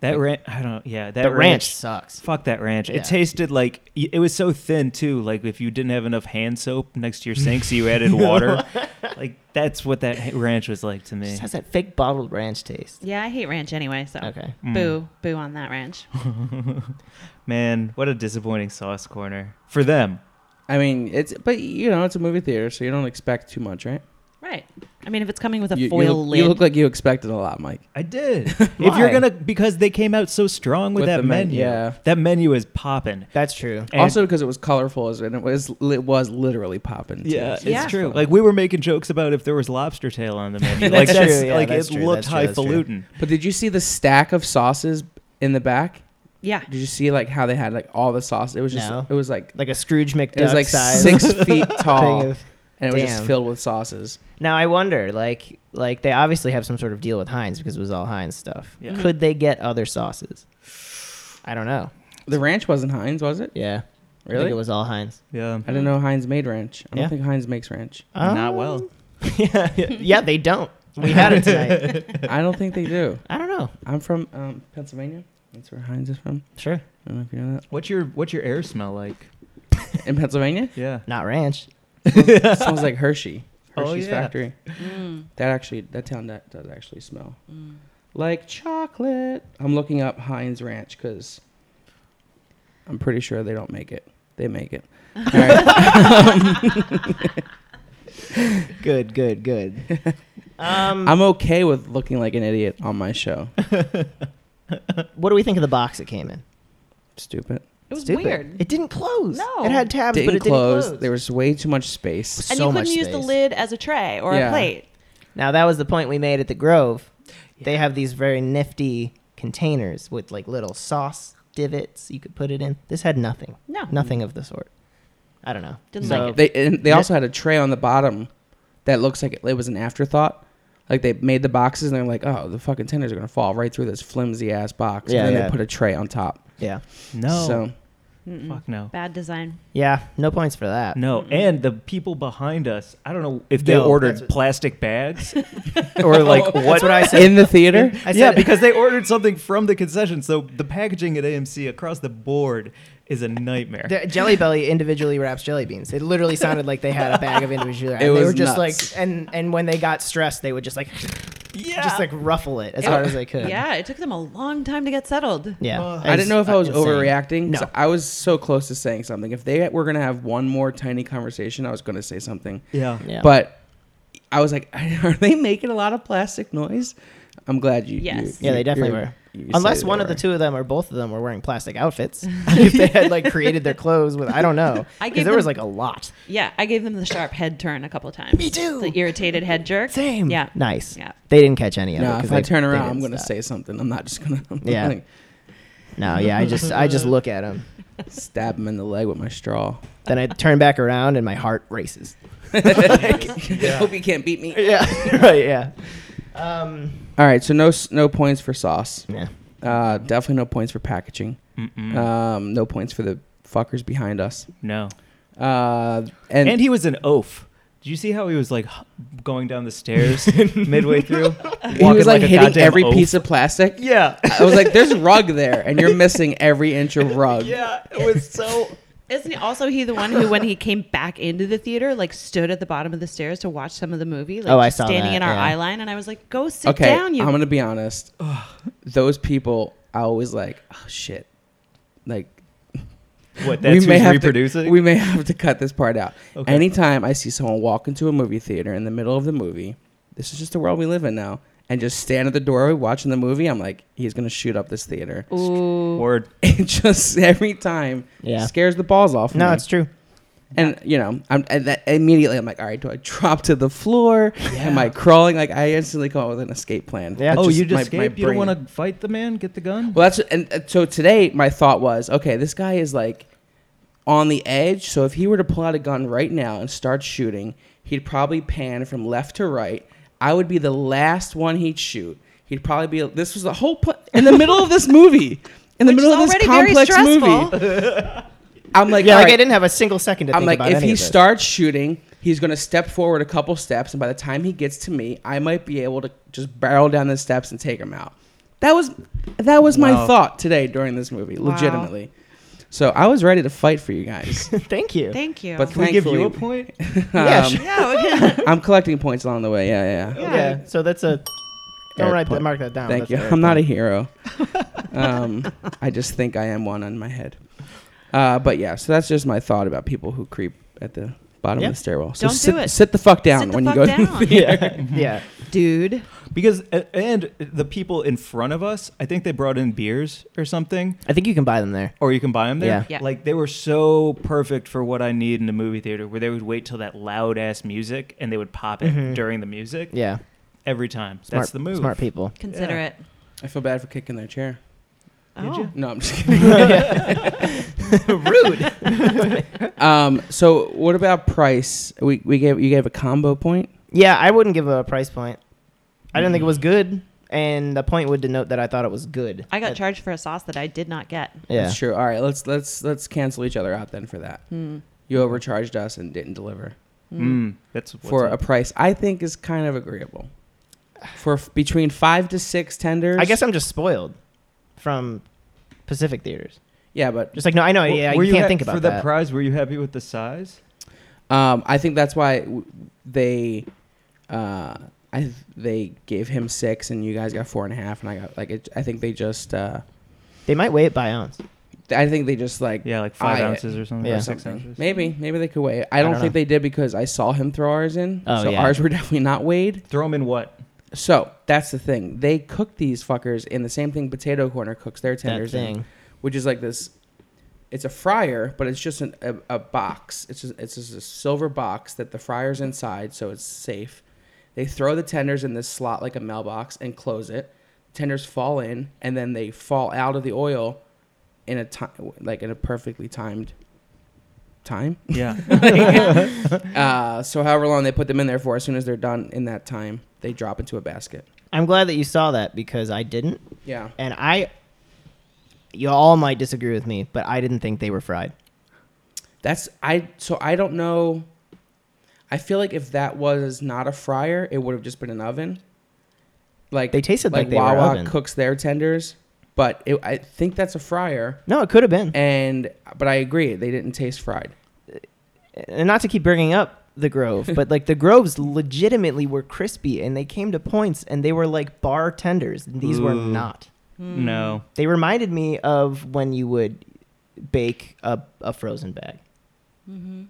A: That ranch. I don't. Yeah. That
B: the ranch, sucks.
A: Fuck that ranch.
B: Yeah.
A: It tasted like y- it was so thin too. Like if you didn't have enough hand soap next to your sink,
B: (laughs)
A: so you added water. like that's what that ha- ranch was like to
B: It
A: me.
B: just has that fake bottled ranch taste.
D: Yeah, I hate ranch anyway, so
B: Okay.
A: Mm.
D: boo, boo on that ranch.
A: Man, what a disappointing sauce corner for them.
C: I mean, it's but you know, it's a movie theater, so you don't expect too much, right?
D: Right. I mean if it's coming with a
C: you, you
D: foil
C: look,
D: lid.
C: you look like you expected a lot, Mike.
A: I did. (laughs) if you're
B: Why?
A: gonna, because they came out so strong with,
C: With
A: that
C: the men-
A: menu.
C: yeah.
A: That menu is popping.
B: That's true.
A: And-
C: also because it was colorful as- and it was it was literally popping. too.
A: yeah, it's
D: Yeah.
A: true. Like we were making jokes about if there was lobster tail on
B: (laughs)
A: the menu. like
B: That's true,
A: that's
B: yeah,
A: like
B: that's
A: it
B: true,
A: looked
B: that's true, that's true.
A: highfalutin.
C: But did you see the stack of sauces in the back?
D: yeah.
C: Did you see like how they had like all the sauce? It was just
B: No.
C: it was like
B: Like a Scrooge McDuck
C: it was like
B: size (laughs)
C: six
B: thing
C: feet tall,
B: of-
C: and it was just
B: Damn.
C: filled with sauces.
B: Now I wonder, like, like they obviously have some sort of deal with Heinz because it was all Heinz stuff.
A: Yeah.
B: Could they get other sauces? I don't know.
C: The ranch wasn't Heinz, was it?
B: Yeah, I
C: Really?
B: think it was all Heinz.
A: Yeah.
C: I didn't know Heinz made ranch. I don't
B: Yeah.
C: think Heinz makes ranch.
A: Not well.
B: (laughs) yeah, Um, yeah, they don't. We had it tonight.
C: I don't think they do.
B: (laughs) I don't know.
C: I'm from um, Pennsylvania. That's where Heinz is from.
B: Sure.
C: I don't know if you know that.
A: What's your what's your air smell like?
B: (laughs)
C: in Pennsylvania.
A: Yeah.
B: Not ranch.
C: It smells like Hershey.
A: Oh,
C: Hershey's
A: yeah.
C: factory.
D: Mm,
C: That actually, that town that does actually smell
D: mm.
C: like chocolate. I'm looking up Heinz Ranch because I'm pretty sure they don't make it. They make (laughs) it. All right.
B: Good, good, good. Um,
C: I'm okay with looking like an idiot on my show.
B: what do we think of the box it came in?
C: Stupid.
D: It was
B: Stupid.
D: weird.
B: It didn't close.
D: No.
B: It had tabs,
C: Didn't
B: but it
C: close.
B: didn't close.
C: There was way too much space.
D: and
B: so
D: you
B: much
D: couldn't use the
B: space.
D: lid as a tray or
C: Yeah.
D: a plate.
B: Now that was the point we made at the Grove. They have these very nifty containers with like little sauce divots you could put it in. This had nothing.
D: No.
B: Nothing of the sort. I don't know.
D: Didn't
B: So-
D: like it.
C: They and they
B: Yeah.
C: also had a tray on the bottom that looks like it, it was an afterthought. Like they made the boxes and they're like, oh, the fucking tenders are gonna fall right through this flimsy ass box.
B: Yeah,
C: and then
B: yeah.
C: they put a tray on top.
B: Yeah.
A: No.
C: So
A: Fuck no.
D: Bad design.
B: Yeah. No points for that.
A: No, and the people behind us, I don't know if they
B: No,
A: ordered
B: that's what-
A: plastic (laughs) bags or (laughs) like
B: That's
A: what.
B: what I
C: (laughs)
B: said. (laughs)
C: in the theater,
B: I said
A: yeah, because they ordered something from the concession. So the packaging at AMC across the board is a nightmare.
B: The Jelly Belly individually wraps jelly beans. It literally sounded like they had a bag of individual. and
C: It
B: they
C: was
B: were just
C: nuts.
B: like, and and when they got stressed, they would just like, (laughs)
A: yeah.
B: just like ruffle it as
D: It-
B: hard as they could.
D: Yeah, it took them a long time to get settled.
B: Yeah.
A: Uh,
B: It
C: I didn't know if I was
B: insane.
C: overreacting. 'cause
B: No.
C: I was so close to saying something. If they were gonna have one more tiny conversation, I was gonna say something.
A: yeah.
B: Yeah.
C: But I was like, (laughs) are they making a lot of plastic noise? I'm glad you.
D: Yes.
C: you-
B: Yeah, they
C: you-
B: definitely
C: you're-
B: were.
C: you said
B: Unless
C: they
B: one of the
C: were.
B: two of them or both of them were wearing plastic
C: (laughs)
B: outfits. (laughs) if they had like created their clothes with, I don't know.
D: I
B: Because
D: gave
B: there was
D: them-
B: like a lot.
D: Yeah, I gave them the sharp head turn a couple times.
B: Me too.
D: The irritated head jerk.
B: Same.
D: Yeah.
B: Nice.
D: Yeah.
B: They didn't catch any of it.
C: No,
B: 'cause
C: if
B: they,
C: I turn
B: they
C: around,
B: didn't
C: I'm gonna
B: stop.
C: say something. I'm not just gonna. I'm not
B: Yeah.
C: gonna
B: No, yeah, I just I
C: (laughs)
B: just look at them.
C: stab him in the leg with my straw. (laughs)
B: Then I turn back around and my heart races.
C: Hope you can't beat me.
B: Yeah. (laughs) right, yeah. Um,
C: All right, so no s- no points for sauce.
B: yeah.
C: Uh, definitely no points for packaging.
A: Mm.
C: Um, no points for the fuckers behind us.
A: No.
C: Uh,
A: And,
C: and,
A: he was an oaf. Did you see how he was like h- going down the stairs midway through?
C: he
A: Walking
C: was like,
A: a
C: hitting
A: goddamn
C: every
A: oaf?
C: piece of plastic.
A: Yeah.
C: I was like, "There's rug there, and you're missing every inch of rug."
A: yeah. It was so.
D: Isn't he also he the one who, when he came back into the theater, like stood at the bottom of the stairs to watch some of the movie? Like,
B: Oh, I
D: just
B: saw
D: Standing
B: that,
D: in our
B: yeah.
D: eye line, and I was like, "Go sit
C: Okay,
D: down, you."
C: I'm gonna be honest. Those people, I always like, oh shit, like
A: What? That's who's
C: have
A: reproducing.
C: To, we may have to cut this part out.
A: Okay.
C: Anytime I see someone walk into a movie theater in the middle of the movie, this is just the world we live in now, and just stand at the doorway watching the movie, I'm like, he's gonna shoot up this theater. (laughs)
D: Ooh.
A: Word.
C: It just every time
B: Yeah.
C: scares the balls off.
B: No,
C: me.
B: it's true.
C: and you know, I'm and that immediately I'm like, all right, do I drop to the floor? Am I crawling? Like I instantly come up with an escape plan.
B: Yeah.
C: That's
A: Oh, you
C: my- my
A: just escaped. you don't
C: brain.
A: want to fight the man? Get the gun?
C: Well, that's and uh, so today my thought was, okay, this guy is like on the edge. So if he were to pull out a gun right now and start shooting, he'd probably pan from left to right. I would be the last one he'd shoot. He'd probably be. This was the whole pl- in the middle of this movie, in the
D: Which
C: middle
D: is
C: of this
D: already very
C: complex (laughs)
D: stressful.
C: movie. I'm like,
B: Yeah,
C: all
B: like
C: right,
B: I didn't have a single second to
C: I'm
B: think
C: like,
B: about
C: if
B: any
C: he
B: of this.
C: starts shooting, he's gonna step forward a couple steps, and by the time he gets to me, I might be able to just barrel down the steps and take him out. That was that was my
A: Wow.
C: thought today during this movie,
D: Wow.
C: legitimately. So I was ready to fight for you
B: (laughs)
C: guys,
B: Thank you.
D: Thank you.
C: but
A: Can we give
C: thankfully,
A: you a point?
B: (laughs) yeah,
C: um,
B: sure.
D: (laughs) yeah, okay.
C: I'm collecting points along the way. Yeah, yeah.
D: Yeah.
B: Okay, so that's a. Don't
C: Eric
B: write that.
C: point.
B: Mark that down.
C: Thank
B: That's
C: you.
B: Eric
C: I'm not a
B: point. (laughs)
C: hero. um, I just think I am one on my head. Uh, but yeah, so that's just my thought about people who creep at the bottom
B: Yeah.
C: of the stairwell. So
D: Don't do
C: sit,
D: it.
C: sit the fuck down
D: Sit the
C: when you
D: fuck
C: go to
D: down.
C: the theater.
B: (laughs) yeah.
D: dude.
A: (laughs) Because a- and the people in front of us, I think they brought in beers or something,
B: I think you can buy them there.
A: or you can buy them there.
D: Yeah. Yeah.
A: Like they were so perfect for what I need in a movie theater, where they would wait till that loud ass music and they would pop it
B: Mhm.
A: during the music
B: Yeah.
A: every time.
B: Smart,
A: That's the move.
B: Smart people.
D: Consider
A: Yeah.
D: it.
C: (laughs) I feel bad for kicking their chair.
D: Oh.
A: Did you?
C: No, I'm just kidding. (laughs) Rude. (laughs) um, so what about price? We, we gave you gave a combo point.
B: Yeah, I wouldn't give a price point. I didn't think
E: Mm-hmm.
B: it was good, and the point would denote that I thought it was good.
D: I got
B: That-
D: charged for a sauce that I did not get.
B: Yeah.
C: That's true. All right, let's let's let's cancel each other out then for that.
D: Hmm.
C: You overcharged us and didn't deliver Hmm.
A: Mm, that's what's
C: for a
A: up.
C: price I think is kind of agreeable. For f- between five to six tenders,
B: I guess I'm just spoiled from Pacific theaters.
C: Yeah, but
B: Just like no, I know.
E: W-
B: Yeah,
E: were
B: you can't
E: ha-
B: think about
E: for the
B: that.
E: prize. Were you happy with the size?
C: Um, I think that's why w- they, uh, I th- they gave him six, and you guys got four and a half, and I got like it, I think they just, uh,
B: they might weigh it by ounce.
C: I think they just like
A: Yeah, like five
C: I-
A: ounces or something.
B: Yeah.
A: or six
C: something.
A: ounces.
C: Maybe maybe they could weigh. it. I don't,
B: don't
C: think
B: know.
C: they did because I saw him throw ours in,
B: Oh,
C: so
B: yeah.
C: ours were (laughs) definitely not weighed.
E: Throw them in what?
C: So that's the thing. They cook these fuckers in the same thing Potato Corner cooks their
B: That
C: tenders in,
B: thing.
C: which is like this. It's a fryer, but it's just an, a, a box. It's just, it's just a silver box that the fryer's inside, so it's safe. They throw the tenders in this slot like a mailbox and close it. Tenders fall in, and then they fall out of the oil in a time like in a perfectly timed time.
A: Yeah.
C: Uh, so however long they put them in there for, as soon as they're done in that time, they drop into a basket.
B: I'm glad that you saw that because I didn't,
C: Yeah.
B: and I. You all might disagree with me, but I didn't think they were fried.
C: That's I so I don't know. I feel like if that was not a fryer, it would have just been an oven. Like
B: They tasted like they were
C: Wawa
B: oven.
C: cooks their tenders, but it, I think that's a fryer.
B: No, it could have been.
C: And but I agree, they didn't taste fried.
B: and not to keep bringing up the Grove, but like the Groves legitimately were crispy and they came to points and they were like bar tenders. And these were
A: Ooh.
B: not.
D: Hmm.
A: no.
B: They reminded me of when you would bake a, a frozen bag.
D: Mm-hmm.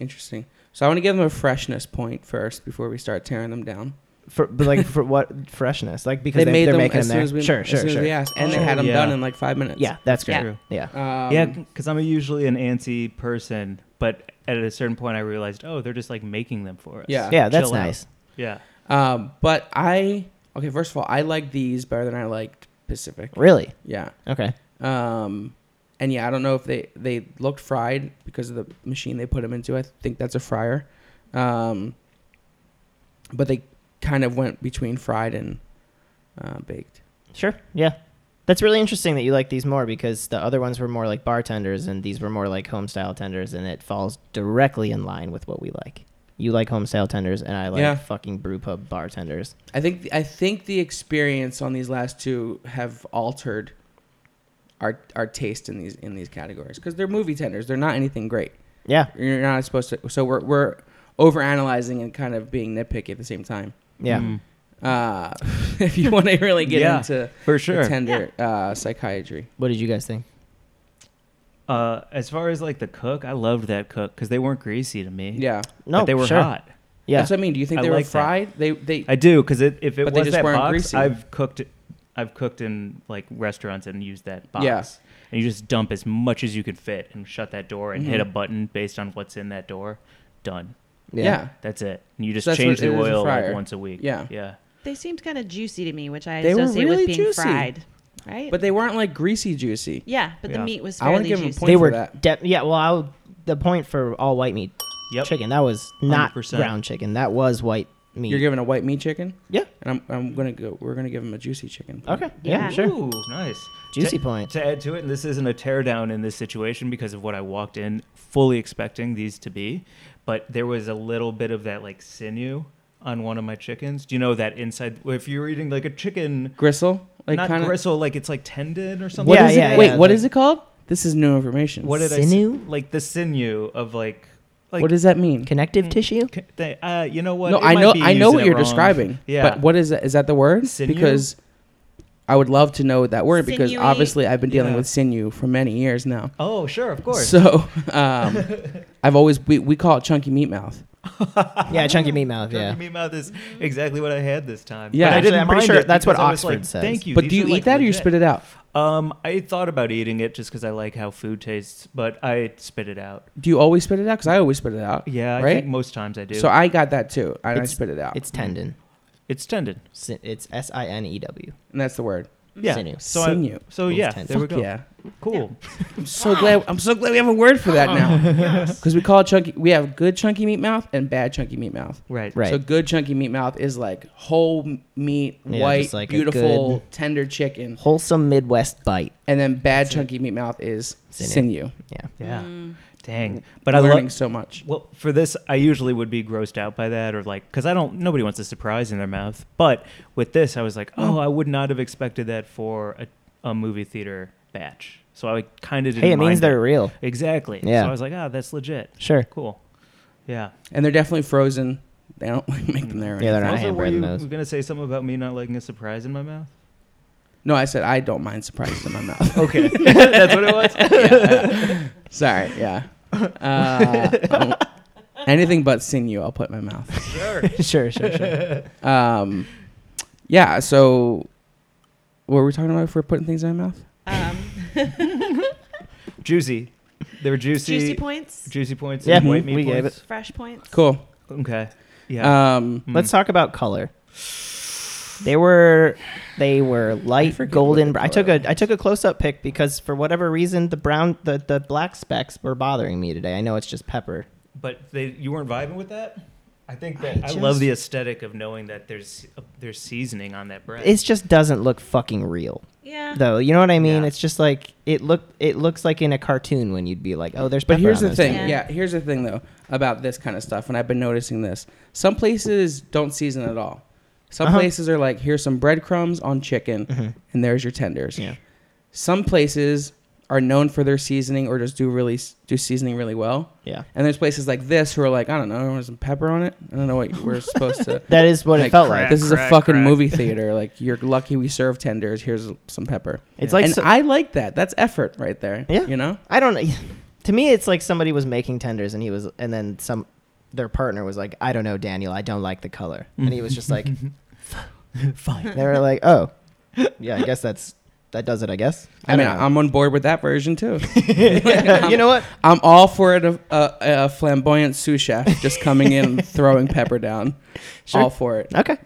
C: Interesting. So I want to give them a freshness point first before we start tearing them down.
B: For but like for what freshness? Like because they, are making
C: as
B: them there.
C: soon as we
B: sure,
C: as
B: sure,
C: soon as
B: sure.
C: we asked, and they
A: Sure.
C: had them
A: Yeah.
C: done in like five minutes.
B: yeah, that's great.
A: True.
B: Yeah.
C: Um,
A: Yeah, because I'm usually an antsy person, but at a certain point I realized, oh, they're just like making them for us.
C: Yeah.
B: Yeah, that's
A: Chill out.
B: nice.
A: Yeah.
C: Um, but I okay. First of all, I like these better than I liked Pacific.
B: Really?
C: Yeah.
B: Okay.
C: Um, and yeah, I don't know if they they looked fried because of the machine they put them into. I think that's a fryer. Um, but they kind of went between fried and uh, baked.
B: Sure. Yeah. That's really interesting that you like these more because the other ones were more like bartenders and these were more like home style tenders and it falls directly in line with what we like. You like home style tenders and I like
C: Yeah.
B: fucking brew pub bartenders.
C: I think I think the experience on these last two have altered our our taste in these in these categories because they're movie tenders. They're not anything great.
B: Yeah.
C: You're not supposed to. So we're we're overanalyzing and kind of being nitpicky at the same time.
B: Yeah.
A: Mm.
C: Uh, (laughs) if you want to really get
A: Yeah.
C: into
A: For
C: the
A: sure.
C: tender uh, psychiatry,
B: What did you guys think?
A: Uh, as far as like the cook, I loved that cook because they weren't greasy to me.
C: yeah,
B: No,
A: but they were
B: sure.
A: hot.
B: Yeah.
C: That's what I mean. Do you think
A: I
C: they were
A: like that.
C: fried? They they
A: I do because it, if it
C: But they
A: was
C: just
A: that
C: weren't
A: box,
C: greasy.
A: I've cooked, I've cooked in like restaurants and used that box.
C: Yeah.
A: And you just dump as much as you can fit and shut that door and hit
C: Mhm.
A: a button based on what's in that door. Done.
C: yeah.
A: That's it. And you just
C: that's
A: change
C: what it
A: the
C: is, a
A: oil like
C: fryer.
A: once a week.
C: Yeah.
A: Yeah.
D: They seemed kind of juicy to me, which I
C: They were
D: associate
C: really
D: with being
C: juicy.
D: fried. Right?
C: but they weren't like greasy juicy.
D: yeah, but
A: Yeah.
D: the meat was
C: I wanna
D: fairly
C: give 'em a
D: juicy.
C: point
B: They
C: for
B: were
C: that.
B: de- yeah, well I would, the point for all white meat
A: Yep.
B: chicken. That was not
A: 100%.
B: brown chicken. That was white meat.
C: You're giving a white meat chicken,
B: yeah.
C: and I'm I'm gonna go. We're gonna give him a juicy chicken. point.
B: Okay. Yeah,
D: Yeah.
B: sure.
A: Ooh, nice.
B: Juicy
A: to,
B: point.
A: To add to it, and this isn't a teardown in this situation because of what I walked in fully expecting these to be, but there was a little bit of that like sinew on one of my chickens. Do you know that inside? If you're eating like a chicken,
C: Gristle, like
A: not
C: kinda,
A: gristle, like it's like tendon or something.
C: What
B: Yeah,
C: is
B: yeah,
C: it? Wait,
B: yeah,
C: what
B: the-
C: is it called? This is new information.
A: What did I
B: Sinew?
A: s- like the sinew of like like
C: what does that mean?
B: Connective
A: Mm.
B: tissue?
A: (laughs) c- they, uh, you know what?
C: no,
A: It
C: I
A: might
C: know
A: be
C: I know
A: using
C: what
A: it
C: you're
A: wrong.
C: describing.
A: Yeah.
C: But what is that? Is that the word?
A: Sinew?
C: Because I would love to know that word because
D: Sinewy-
C: obviously I've been dealing
A: Yeah.
C: with sinew for many years now.
A: Oh, sure, of course.
C: So
A: (laughs)
C: um, I've always we, we call it chunky meat mouth.
B: Yeah, chunky meat mouth,
A: Turkey
B: yeah.
A: meat mouth is exactly what I had this time.
C: Yeah.
A: but I
C: Actually,
A: didn't
B: I'm pretty
A: mind
B: sure
A: it
B: that's what
A: because I was
B: Oxford
A: like,
B: says.
A: Thank you.
C: But
A: these
C: do you
A: are,
C: eat
A: like,
C: that or you
A: legit."
C: spit it out?
A: Um, I thought about eating it just because I like how food tastes, but I spit it out.
C: Do you always spit it out? Because I always spit it out.
A: Yeah, I
C: Right?
A: think most times I do.
C: So I got that too, and I
B: It's-
C: spit it out.
B: It's tendon.
A: it's tendon.
B: Sin- It's S I N E W.
C: and that's the word.
A: Yeah.
B: Sinew.
A: So I-
C: Sinew.
A: so
B: It's
A: yeah,
B: tendon.
A: there we
C: Fuck
A: go.
C: Yeah.
A: Cool.
C: I'm so glad. I'm so glad we have a word for that
A: (laughs)
C: now. Because we call it chunky. We have good chunky meat mouth and bad chunky meat mouth.
A: Right.
B: Right.
C: So good chunky meat mouth is like whole m- meat,
B: Yeah,
C: white,
B: just like a
C: beautiful,
B: good-
C: tender chicken,
B: Wholesome Midwest bite.
C: and then bad chunky meat mouth is
B: Sinew.
C: sinew.
B: Yeah.
A: Yeah. Dang. But I
C: I'm learning
A: love.
C: so much.
A: Well, for this, I usually would be grossed out by that, or like, because I don't. Nobody wants a surprise in their mouth. But with this, I was like, oh, I would not have expected that for a, a movie theater batch. So I kind of didn't.
B: Hey, it
A: mind
B: means they're real.
A: exactly.
B: Yeah.
A: So I was like, ah, that's legit.
B: Sure.
A: Cool. Yeah.
C: and they're definitely frozen. They don't (laughs) like make them there. or
B: Mm. Yeah, they're
C: anything.
B: not
A: also, were
B: handwritten
A: you
B: those.
A: gonna say something about me not liking a surprise in my mouth?
C: No, I said I don't mind surprises in my
B: (laughs)
C: mouth.
A: Okay, (laughs) that's what it was.
C: Yeah. (laughs) Sorry, yeah. Uh, um, anything but sinew, I'll put in my mouth.
A: Sure.
B: sure, sure, (laughs) sure.
C: Um, yeah. So, what were we talking about? If we're putting things in my mouth,
F: Um,
A: Juicy. They were juicy.
F: juicy points,
A: Juicy points.
B: Yeah,
A: and white meat
B: we
A: points.
B: gave
F: fresh points.
C: cool.
A: Okay. Yeah.
C: Um,
A: Mm.
B: Let's talk about color. They were they were light
C: forget
B: golden.
C: what
B: I
C: the
B: took
C: color
B: a I took a close up pick because for whatever reason the brown the, the black specks were bothering me today. I know it's just pepper.
A: But they, you weren't vibing with that. I think that I,
B: I
A: love
B: just-
A: the aesthetic of knowing that there's there's seasoning on that bread.
B: It just doesn't look fucking real
F: Yeah.
B: though. You know what I mean?
A: Yeah.
B: It's just like it look it looks like in a cartoon when you'd be like, oh, there's.
C: But
B: pepper
C: here's
B: on
C: the
B: those
C: thing.
B: things.
F: things.
C: Yeah, here's the thing though about this kind of stuff, and I've been noticing this. Some places don't season at all. Some
B: Uh-huh.
C: places are like, here's some breadcrumbs on chicken,
B: Mhm.
C: and there's your tenders.
B: Yeah.
C: Some places are known for their seasoning or just do really do seasoning really well.
B: Yeah.
C: And there's places like this who are like, I don't know, there's some pepper on it. I don't
B: (laughs)
C: know what we're supposed to.
B: That is what
C: Like
B: it felt
A: crap.
B: like.
C: This is a
A: Crack,
C: fucking
A: crack. (laughs)
C: movie theater. Like you're lucky we serve tenders. Here's some pepper.
B: It's like
C: and
B: so-
C: I like that. That's effort right there.
B: Yeah.
C: You know.
B: I don't know. (sighs) To me, it's like somebody was making tenders and he was, and then some, their partner was like, I don't know, Daniel, I don't like the color. And he was just like, (laughs) fine. They were like, oh, yeah, I guess that's, that does it, I guess.
C: I, mean,
B: don't know.
C: I'm on board with that
B: (laughs)
C: version too. (laughs)
B: you know (laughs) what?
C: I'm all for it. A, a, a flamboyant sous chef just coming in and throwing pepper down.
B: Sure.
C: All for it.
B: Okay.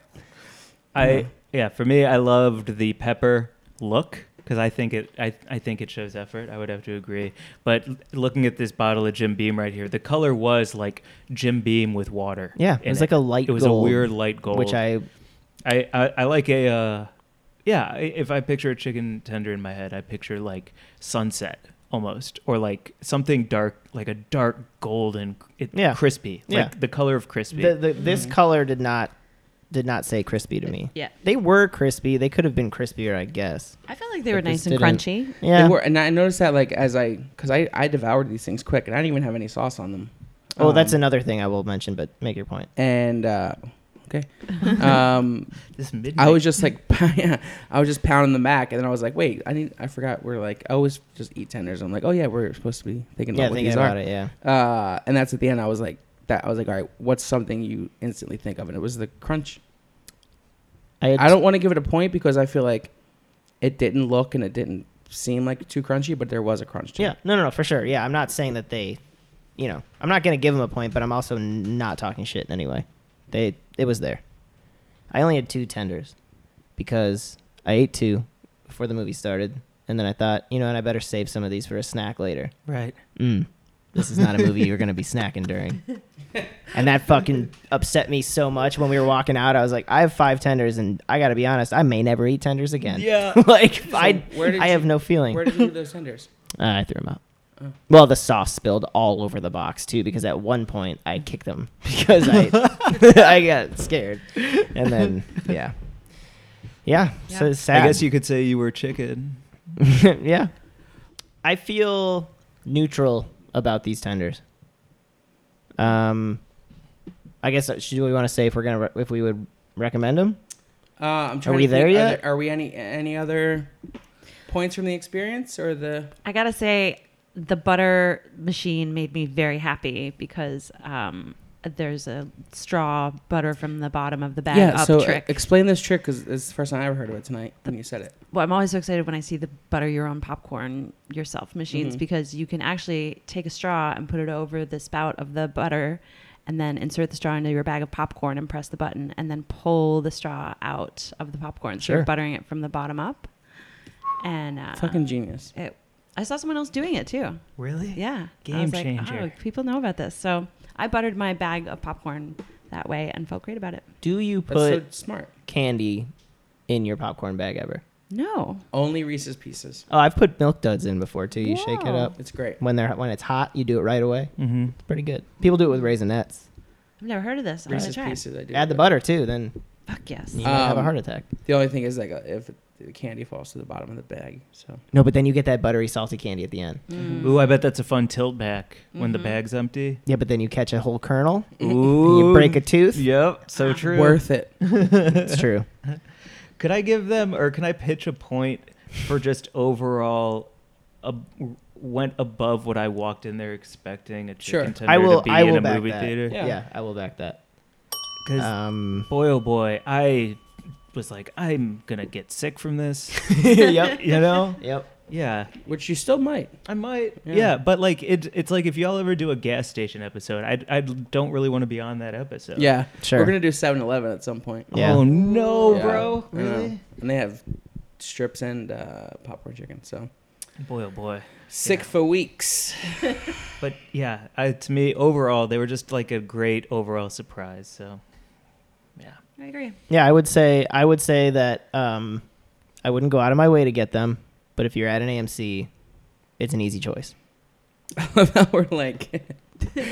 A: I yeah, for me, I loved the pepper look because I think it I, I think it shows effort. I would have to agree. But l- looking at this bottle of Jim Beam right here, the color was like Jim Beam with water.
B: Yeah. It
A: in
B: was like a light
A: it was
B: gold,
A: a weird light gold,
B: Which I,
A: I, I, I like a uh, yeah. I- If I picture a chicken tender in my head, I picture like sunset almost, or like something dark, like a dark golden, it,
B: Yeah.
A: crispy,
B: Yeah.
A: like the color of crispy.
B: the, the, this color did not, did not say crispy to me.
F: Yeah.
B: They were crispy. They could have been crispier, I guess.
F: I felt like they
B: But
F: were nice
B: this
F: and
B: didn't-
F: crunchy.
B: Yeah.
C: They were, and I noticed that like as I, because I, I devoured these things quick, and I didn't even have any sauce on them.
B: oh, that's
C: Um,
B: another thing I will mention, but make your point.
C: And uh, okay, um,
A: this midnight.
C: I was just like, (laughs) yeah, I was just pounding them back, and then I was like, wait, I need, I forgot. We're like, I always just eat tenders. I'm like, oh yeah, we're supposed to be thinking
B: Yeah,
C: about what
B: thinking
C: these
B: about
C: are.
B: it. Yeah.
C: Uh, and that's at the end. I was like, that. I was like, all right, what's something you instantly think of? And it was the crunch.
B: had
C: I don't want to give it a point because I feel like it didn't look and it didn't seem like too crunchy, but there was a crunch to
B: Yeah,
C: it.
B: no, no, no, for sure. Yeah, I'm not saying that they, you know, I'm not gonna give them a point, but I'm also n- not talking shit in any way. They, it was there. I only had two tenders because I ate two before the movie started, and then I thought, you know, what, I better save some of these for a snack later.
A: right.
B: Mm, this is not a movie you're gonna be snacking during. And that fucking upset me so much when we were walking out. I was like, I have five tenders, and I gotta be honest, I may never eat tenders again.
C: (laughs)
A: Yeah.
B: (laughs) like
C: So
B: I,
C: where did
B: I have
C: you-
B: no feeling.
C: Where did you do
B: (laughs)
C: those (laughs) tenders?
B: Uh, I threw them out.
C: Oh.
B: Well, the sauce spilled all over the box too, because at one point I kicked them (laughs) because I I got scared, and then yeah, yeah. So
F: Yeah.
B: it's sad.
A: I guess you could say you were chicken.
B: (laughs) yeah. I feel neutral about these tenders. Um, I guess uh, should we want to say if we're gonna re- if we would recommend them?
C: Uh, I'm trying
B: we
C: to think,
B: there
C: are
B: yet?
C: Are we any any other points from the experience or the?
F: I gotta say, the butter machine made me very happy because um, there's a straw butter from the bottom of the bag up
C: so uh,
F: trick.
C: explain this trick because it's the first time I ever heard of it tonight when you said it.
F: well, I'm always so excited when I see the butter your own popcorn yourself machines
C: Mhm.
F: because you can actually take a straw and put it over the spout of the butter and then insert the straw into your bag of popcorn and press the button and then pull the straw out of the popcorn. So
B: Sure.
F: you're buttering it from the bottom up. And uh,
C: Fucking genius.
F: it, I saw someone else doing it too.
A: Really?
F: Yeah. I
A: Game
F: was like,
A: changer.
F: oh, people know about this. So I buttered my bag of popcorn that way and felt great about it.
B: Do you
C: That's
B: put
C: so smart.
B: candy in your popcorn bag ever?
F: No.
C: Only Reese's Pieces.
B: Oh, I've put milk duds in before too. You shake it
F: Whoa.
B: up.
C: It's great.
B: when they're when it's hot, you do it right away.
A: Mm-hmm.
B: It's pretty good. People do it with raisinets.
F: I've never heard of this. I'm going to
C: Reese's
F: try. it.
C: Pieces. I do.
B: Add the
C: but
B: butter too, then
F: Fuck yes.
B: you might have a
C: Um,
B: heart attack.
C: The only thing is like uh, if the candy falls to the bottom of the bag. So
B: No, but then you get that buttery salty candy at the end.
F: Mm.
A: Ooh, I bet that's a fun tilt back when
B: Mm-hmm.
A: the bag's empty.
B: Yeah, but then you catch a whole kernel. (laughs)
A: Ooh,
B: You break a tooth. Ah,
A: Yep, so true. (laughs)
C: worth it.
B: It's
C: (laughs)
B: true.
A: Could I give them, or can I pitch a point for just overall? Ab- went above what I walked in there expecting a
C: Sure.
A: chicken tender
B: I will.
A: to be
B: I will
A: in a
B: back
A: movie
B: that.
A: theater.
B: Yeah.
C: Yeah.
B: I will back that. (laughs)
A: 'Cause
B: Um.
A: boy oh boy i was like i'm gonna get sick from this
B: (laughs) yep.
A: you know
B: Yep.
A: yeah
C: Which you still might.
A: i might yeah,
C: Yeah.
A: but like it, it's like if y'all ever do a gas station episode i, I don't really want to be on that episode
C: Yeah.
B: Sure.
C: We're gonna do 7-Eleven at some point.
B: Yeah.
A: oh no
C: Yeah.
A: bro
C: I know. And they have strips and uh, popcorn chicken. So
A: boy oh boy
C: sick for weeks. (laughs)
A: but yeah I, to me overall they were just like a great overall surprise so yeah
F: I agree.
B: Yeah, I would say I would say that um, I wouldn't go out of my way to get them, but if you're at an AMC, it's an easy choice.
C: Now we're like, (laughs)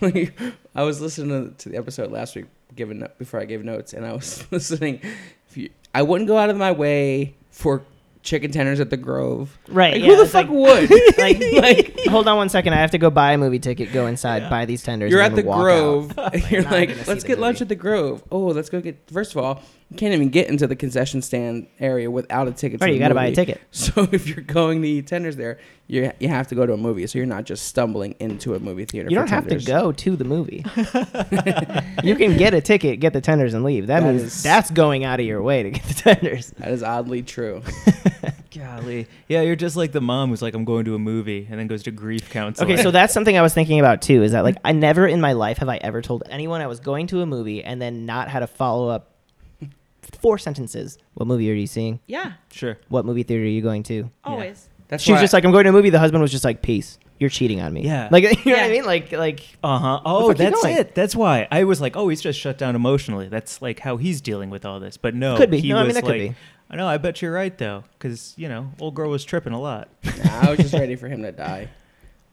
C: like, I was listening to the episode last week, giving up before I gave notes, and I was (laughs) listening. If you, I wouldn't go out of my way for chicken tenders at the Grove.
B: Right.
C: Like, who the fuck
A: (laughs)
C: would? like, like
B: Hold on one second. I have to go buy a movie ticket. Go inside, buy these tenders.
C: you're
B: and
C: at the
B: then walk out. (laughs)
C: Grove. (laughs) you're
B: not gonna
C: like,
B: see
C: let's
B: the
C: get lunch
B: movie."
C: at the Grove. Oh, let's go get. First of all, you can't even get into the concession stand area without a ticket. to
B: Right,
C: the
B: you got to buy a
C: movie.
B: ticket.
C: (laughs) So if you're going to eat tenders there, you you have to go to a movie. So you're not just stumbling into a movie theater.
B: You
C: for
B: don't have to
C: tenders.
B: go to the movie. you can get a ticket, get the tenders, and leave. That,
C: That
B: means
C: is-
B: that's going out of your way to get the (laughs) tenders.
C: That is oddly true.
A: golly yeah you're just like the mom who's like i'm going to a movie and then goes to grief counseling
B: Okay, so that's something I was thinking about too. Is that like I never in my life have I ever told anyone I was going to a movie and then not had a follow up four sentences. What movie are you seeing?
F: Yeah,
A: (laughs) sure
B: What movie theater are you going to?
F: always.
C: That's
B: She was
C: why-
B: just like, I'm going to a movie. The husband was just like, peace. You're cheating on me.
A: Yeah.
B: (laughs) Like, you know what I
F: Yeah.
B: mean? Like, like,
A: Uh huh. Oh,
B: fuck you
A: that's
B: doing?
A: it. That's why I was like, oh, he's just shut down emotionally. That's like how he's dealing with all this. But no,
B: Could be.
A: He
B: No, I
A: was
B: mean, that
A: like,
B: could be.
A: I know. I bet you're right though, because you know, old girl was tripping a lot.
C: Nah, I was just ready for him to die.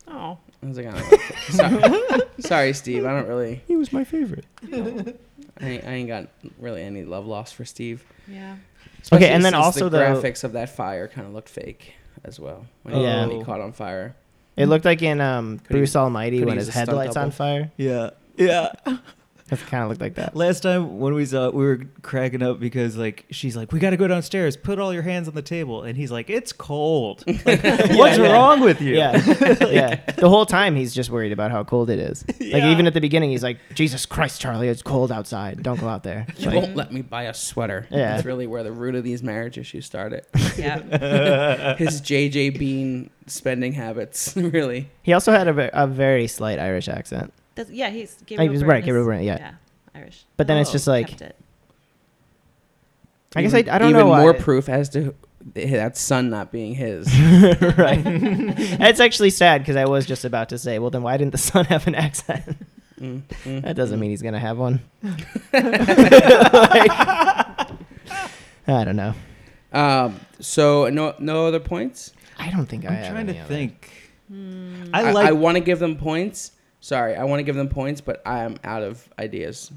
F: Oh,
C: I was like, I don't
B: (laughs)
C: know. sorry, sorry, Steve. I don't really.
A: He was my favorite.
C: I ain't, I ain't got really any love lost for Steve.
F: yeah.
B: Okay, and then
C: since
B: also
C: the
B: the-
C: graphics of that fire kind of looked fake as well. When
B: Yeah.
C: yeah, he caught
B: (laughs)
C: on fire.
B: (laughs) it looked like in um,
C: Could he-
B: Bruce Almighty
C: could
B: when
C: he
B: his
C: use a stunt
B: headlights on
C: double?
B: fire.
A: Yeah. Yeah.
B: It kind of looked like that.
A: Last time when we saw it, we were cracking up because like she's like, We gotta go downstairs, put all your hands on the table and he's like, It's cold. Like,
B: (laughs)
A: what's
B: yeah.
A: wrong with you? (laughs)
B: Yeah. (laughs) yeah. The whole time he's just worried about how cold it is. Like
A: Yeah.
B: even at the beginning he's like, Jesus Christ, Charlie, it's cold outside. Don't go out
A: (laughs)
B: there.
C: You
B: Like,
C: won't let me buy a sweater.
B: Yeah.
C: That's really where the root of these marriage
B: (laughs)
C: issues started.
F: Yeah.
C: His JJ Bean spending habits, (laughs) really.
B: he also had a, ve- a very slight Irish accent.
F: That's, yeah, he's
B: Oh,
F: Gabriel
B: he was right,
F: Byrne
B: Gabriel
F: is-
B: Byrne, yeah.
F: Irish.
B: But then it's
A: Oh,
B: just like
F: Kept it.
B: I guess I, I don't
C: even
B: know why.
C: more
A: (laughs)
C: proof as to that son not being his.
B: (laughs) right. (laughs) That's actually sad because I was just about to say, well then why didn't the son have an accent? (laughs)
C: Mm, mm.
B: That doesn't mean he's gonna
F: (laughs)
B: have one. (laughs) Like, I don't know.
C: Um, so no, no other points.
B: I don't think I
A: I'm
B: have
A: trying
B: any
A: to
B: other.
A: think.
C: I,
A: I like
C: I want to give them points. Sorry, I want to give them points, but I am out of ideas.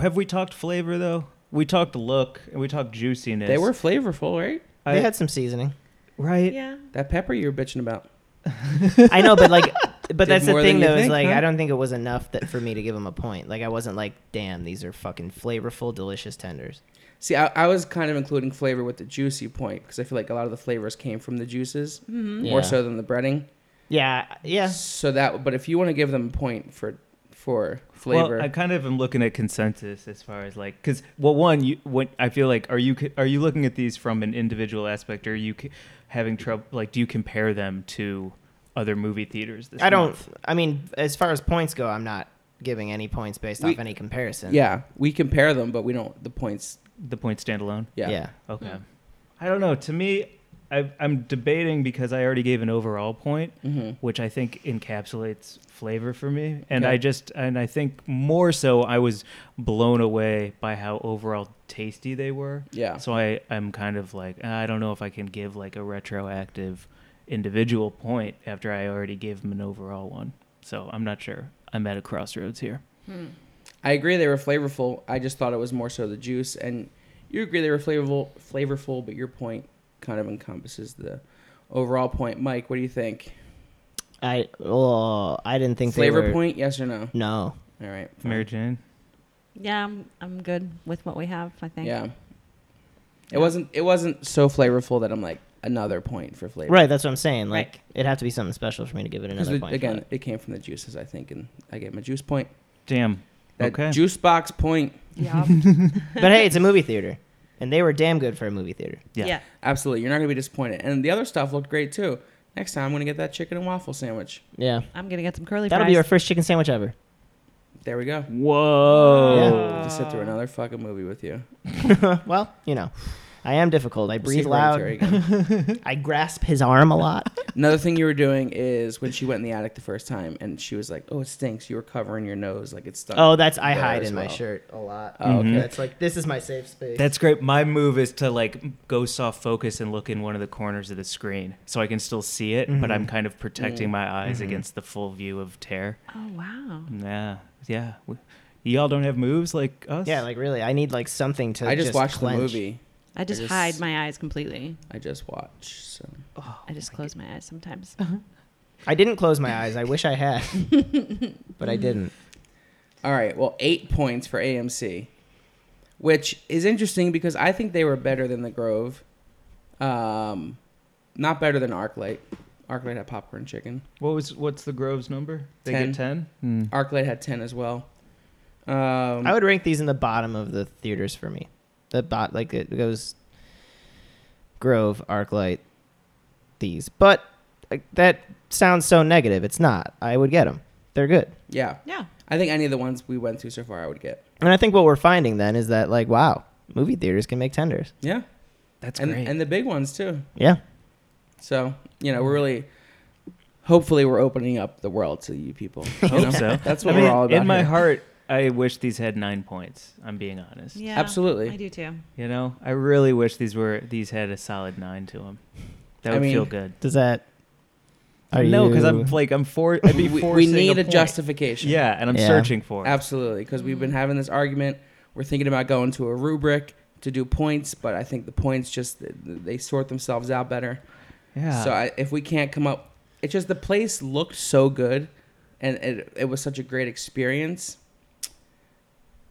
A: have we talked flavor though? We talked look and we talked juiciness.
C: They were flavorful, right?
B: They had some seasoning.
A: right.
F: Yeah.
C: That pepper you were bitching about.
B: I know, but
C: (laughs)
B: like, but
C: Did
B: that's the
C: more
B: thing
C: than you
B: though. Is
C: think,
B: like,
C: huh?
B: I don't think it was enough that for me to give him a point. Like, I wasn't like, damn, these are fucking flavorful, delicious tenders.
C: See, I, I was kind of including flavor with the juicy point because I feel like a lot of the flavors came from the juices more
F: Mm-hmm.
B: Mm-hmm. Yeah.
C: so than the breading.
B: Yeah, yeah.
C: So that, but if you want to give them a point for for flavor,
A: Well, I kind of am looking at consensus as far as like because well, one, you, when I feel like are you are you looking at these from an individual aspect, or are you c- having trouble? Like, do you compare them to other movie theaters? This
B: I don't.
A: month?
B: I mean, as far as points go, I'm not giving any points based
C: We-
B: off any comparison.
C: yeah, we compare them, but we don't the points.
A: The point stand alone.
C: Yeah,
B: yeah.
A: Okay. I don't know. To me, I, I'm debating because I already gave an overall point,
C: Mm-hmm.
A: which I think encapsulates flavor for me, and
C: Okay.
A: I just and I think more so I was blown away by how overall tasty they were.
C: yeah.
A: So I I'm kind of like "Ah, I don't know if I can give like a retroactive individual point after I already gave him an overall one. So I'm not sure. I'm at a crossroads here.
F: Mm-hmm.
C: I agree they were flavorful. I just thought it was more so the juice and you agree they were flavorful, flavorful, but your point kind of encompasses the overall point. Mike, what do you think?
B: I oh, I didn't think
C: Flavor
B: they were,
C: point, yes or no?
B: No,
C: All right. fine.
A: Mary Jane.
F: Yeah, I'm, I'm good with what we have, I think.
C: Yeah. It wasn't. It wasn't so flavorful that I'm like another point for flavor.
B: right. That's what I'm saying. Like
F: Right.
B: it'd have to be something special for me to give it
C: Because
B: another point.
C: again,
B: (laughs) for it.
C: it came from the juices, I think, and I gave him a juice point.
A: Damn.
C: That
A: Okay.
C: juice box point.
B: (laughs)
F: Yeah.
B: but hey, it's a
C: (laughs)
B: movie theater, and they were damn good for a movie theater.
A: Yeah.
F: Yeah.
C: Absolutely, you're not gonna be disappointed. And the other stuff looked great too. Next time, I'm gonna get that chicken and waffle sandwich.
B: Yeah,
F: I'm going to get some curly
B: that'll
F: fries.
B: be our first chicken sandwich ever.
C: There we go.
B: Oh.
A: Whoa.
C: To Oh. sit through another fucking movie with you.
B: well, you know, I am difficult. I breathe
C: See Hereditary
B: loud.
C: again.
B: (laughs) I grasp his arm a
C: (laughs)
B: lot.
C: Another thing you were doing is when she went in the attic the first time and she was like, "Oh, it stinks." You were covering your nose like it's stuck.
B: oh, that's I
C: There
B: hide
C: as
B: in my
C: well.
B: shirt a lot.
C: Oh, okay.
B: That's like this is my safe space.
A: (laughs) That's great. My move is to like go soft focus and look in one of the corners of the screen so I can still see it, but
B: Mhm.
A: I'm kind of protecting
C: Mm.
A: my eyes
B: Mhm.
A: against the full view of tear.
F: Oh, wow.
A: Yeah. Yeah. We- Y'all don't have moves like us?
B: yeah, like really, I need like something to.
C: I just, watched
B: clench.
C: the movie.
F: I just,
C: just-
F: hide my eyes completely.
C: I just watched. So
F: I just close my eyes sometimes.
B: Oh, Uh-huh. I didn't close my eyes. I wish I (laughs) had, but I didn't.
C: All right. Well, eight points for AMC, which is interesting because I think they were better than the Grove. Um, not better than ArcLight. ArcLight had popcorn chicken.
E: What was what's the Grove's number? They
C: Ten.
E: get ten.
A: Hmm.
C: ArcLight had ten as well. Um,
B: I would rank these in the bottom of the theaters for me. The bot like it goes Grove, ArcLight, these. But like, that sounds so negative. It's not. I would get them. They're good.
C: yeah,
F: yeah.
C: I think any of the ones we went through so far, I would get.
B: And I think what we're finding then is that like wow, movie theaters can make tenders.
C: Yeah,
A: That's
C: and (laughs)
A: great.
C: and the big ones too.
B: Yeah.
C: So you know, we're really, hopefully, we're opening up the world to you people. you
A: Hope
C: know?
A: so.
C: That's
A: I
C: what
A: mean,
C: we're all about.
A: In my
C: here.
A: heart, I wish these had nine points. I'm being honest.
F: Yeah.
C: absolutely.
F: I do too.
A: You know, I really wish these were these had a solid nine to them. That
C: I
A: would
C: mean,
A: feel good.
B: Does that are
A: no, because I'm
B: you-
A: like I'm for. I'd be
C: we, we
A: forcing
C: need a,
A: point.
C: justification.
A: Yeah, and I'm
B: Yeah.
A: searching for. it.
C: Absolutely, because we've been having this argument. We're thinking about going to a rubric to do points, but I think the points just they sort themselves out better.
A: Yeah.
C: So I, if we can't come up, it's just the place looked so good, and it, it was such a great experience.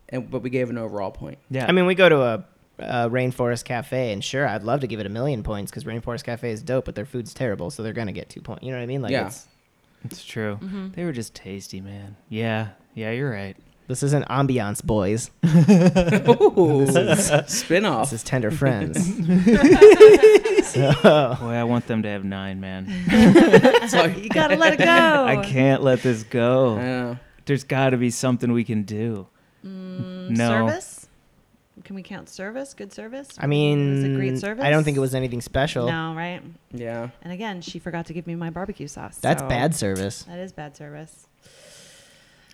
C: And but we gave an overall
A: (laughs)
C: point.
A: yeah.
B: I mean, we go to a, a Rainforest Cafe, and sure, I'd love to give it a million points because Rainforest Cafe is dope, but their food's terrible, so they're gonna get two points. You know what I mean? Like,
C: Yeah.
B: it's,
A: it's true.
F: Mm-hmm.
A: They were just tasty, man. Yeah. Yeah, you're right.
B: this isn't ambiance, boys.
C: Ooh, spin
B: This
A: (laughs)
C: off.
B: is tender (laughs) friends.
C: Oh.
B: so,
A: Boy, I want them to have
C: (laughs)
A: nine, man.
F: (laughs) you got to let it go.
A: I can't let this
C: I
A: go.
C: know.
A: There's got to be something we can do. no.
F: Mm, Service? Can we count service? Good service?
B: I mean,
F: was it great service?
B: I don't think it was anything special.
F: No, right?
C: Yeah.
F: And again, she forgot to give me my barbecue sauce.
B: That's
F: so-
B: bad service.
F: That is bad service.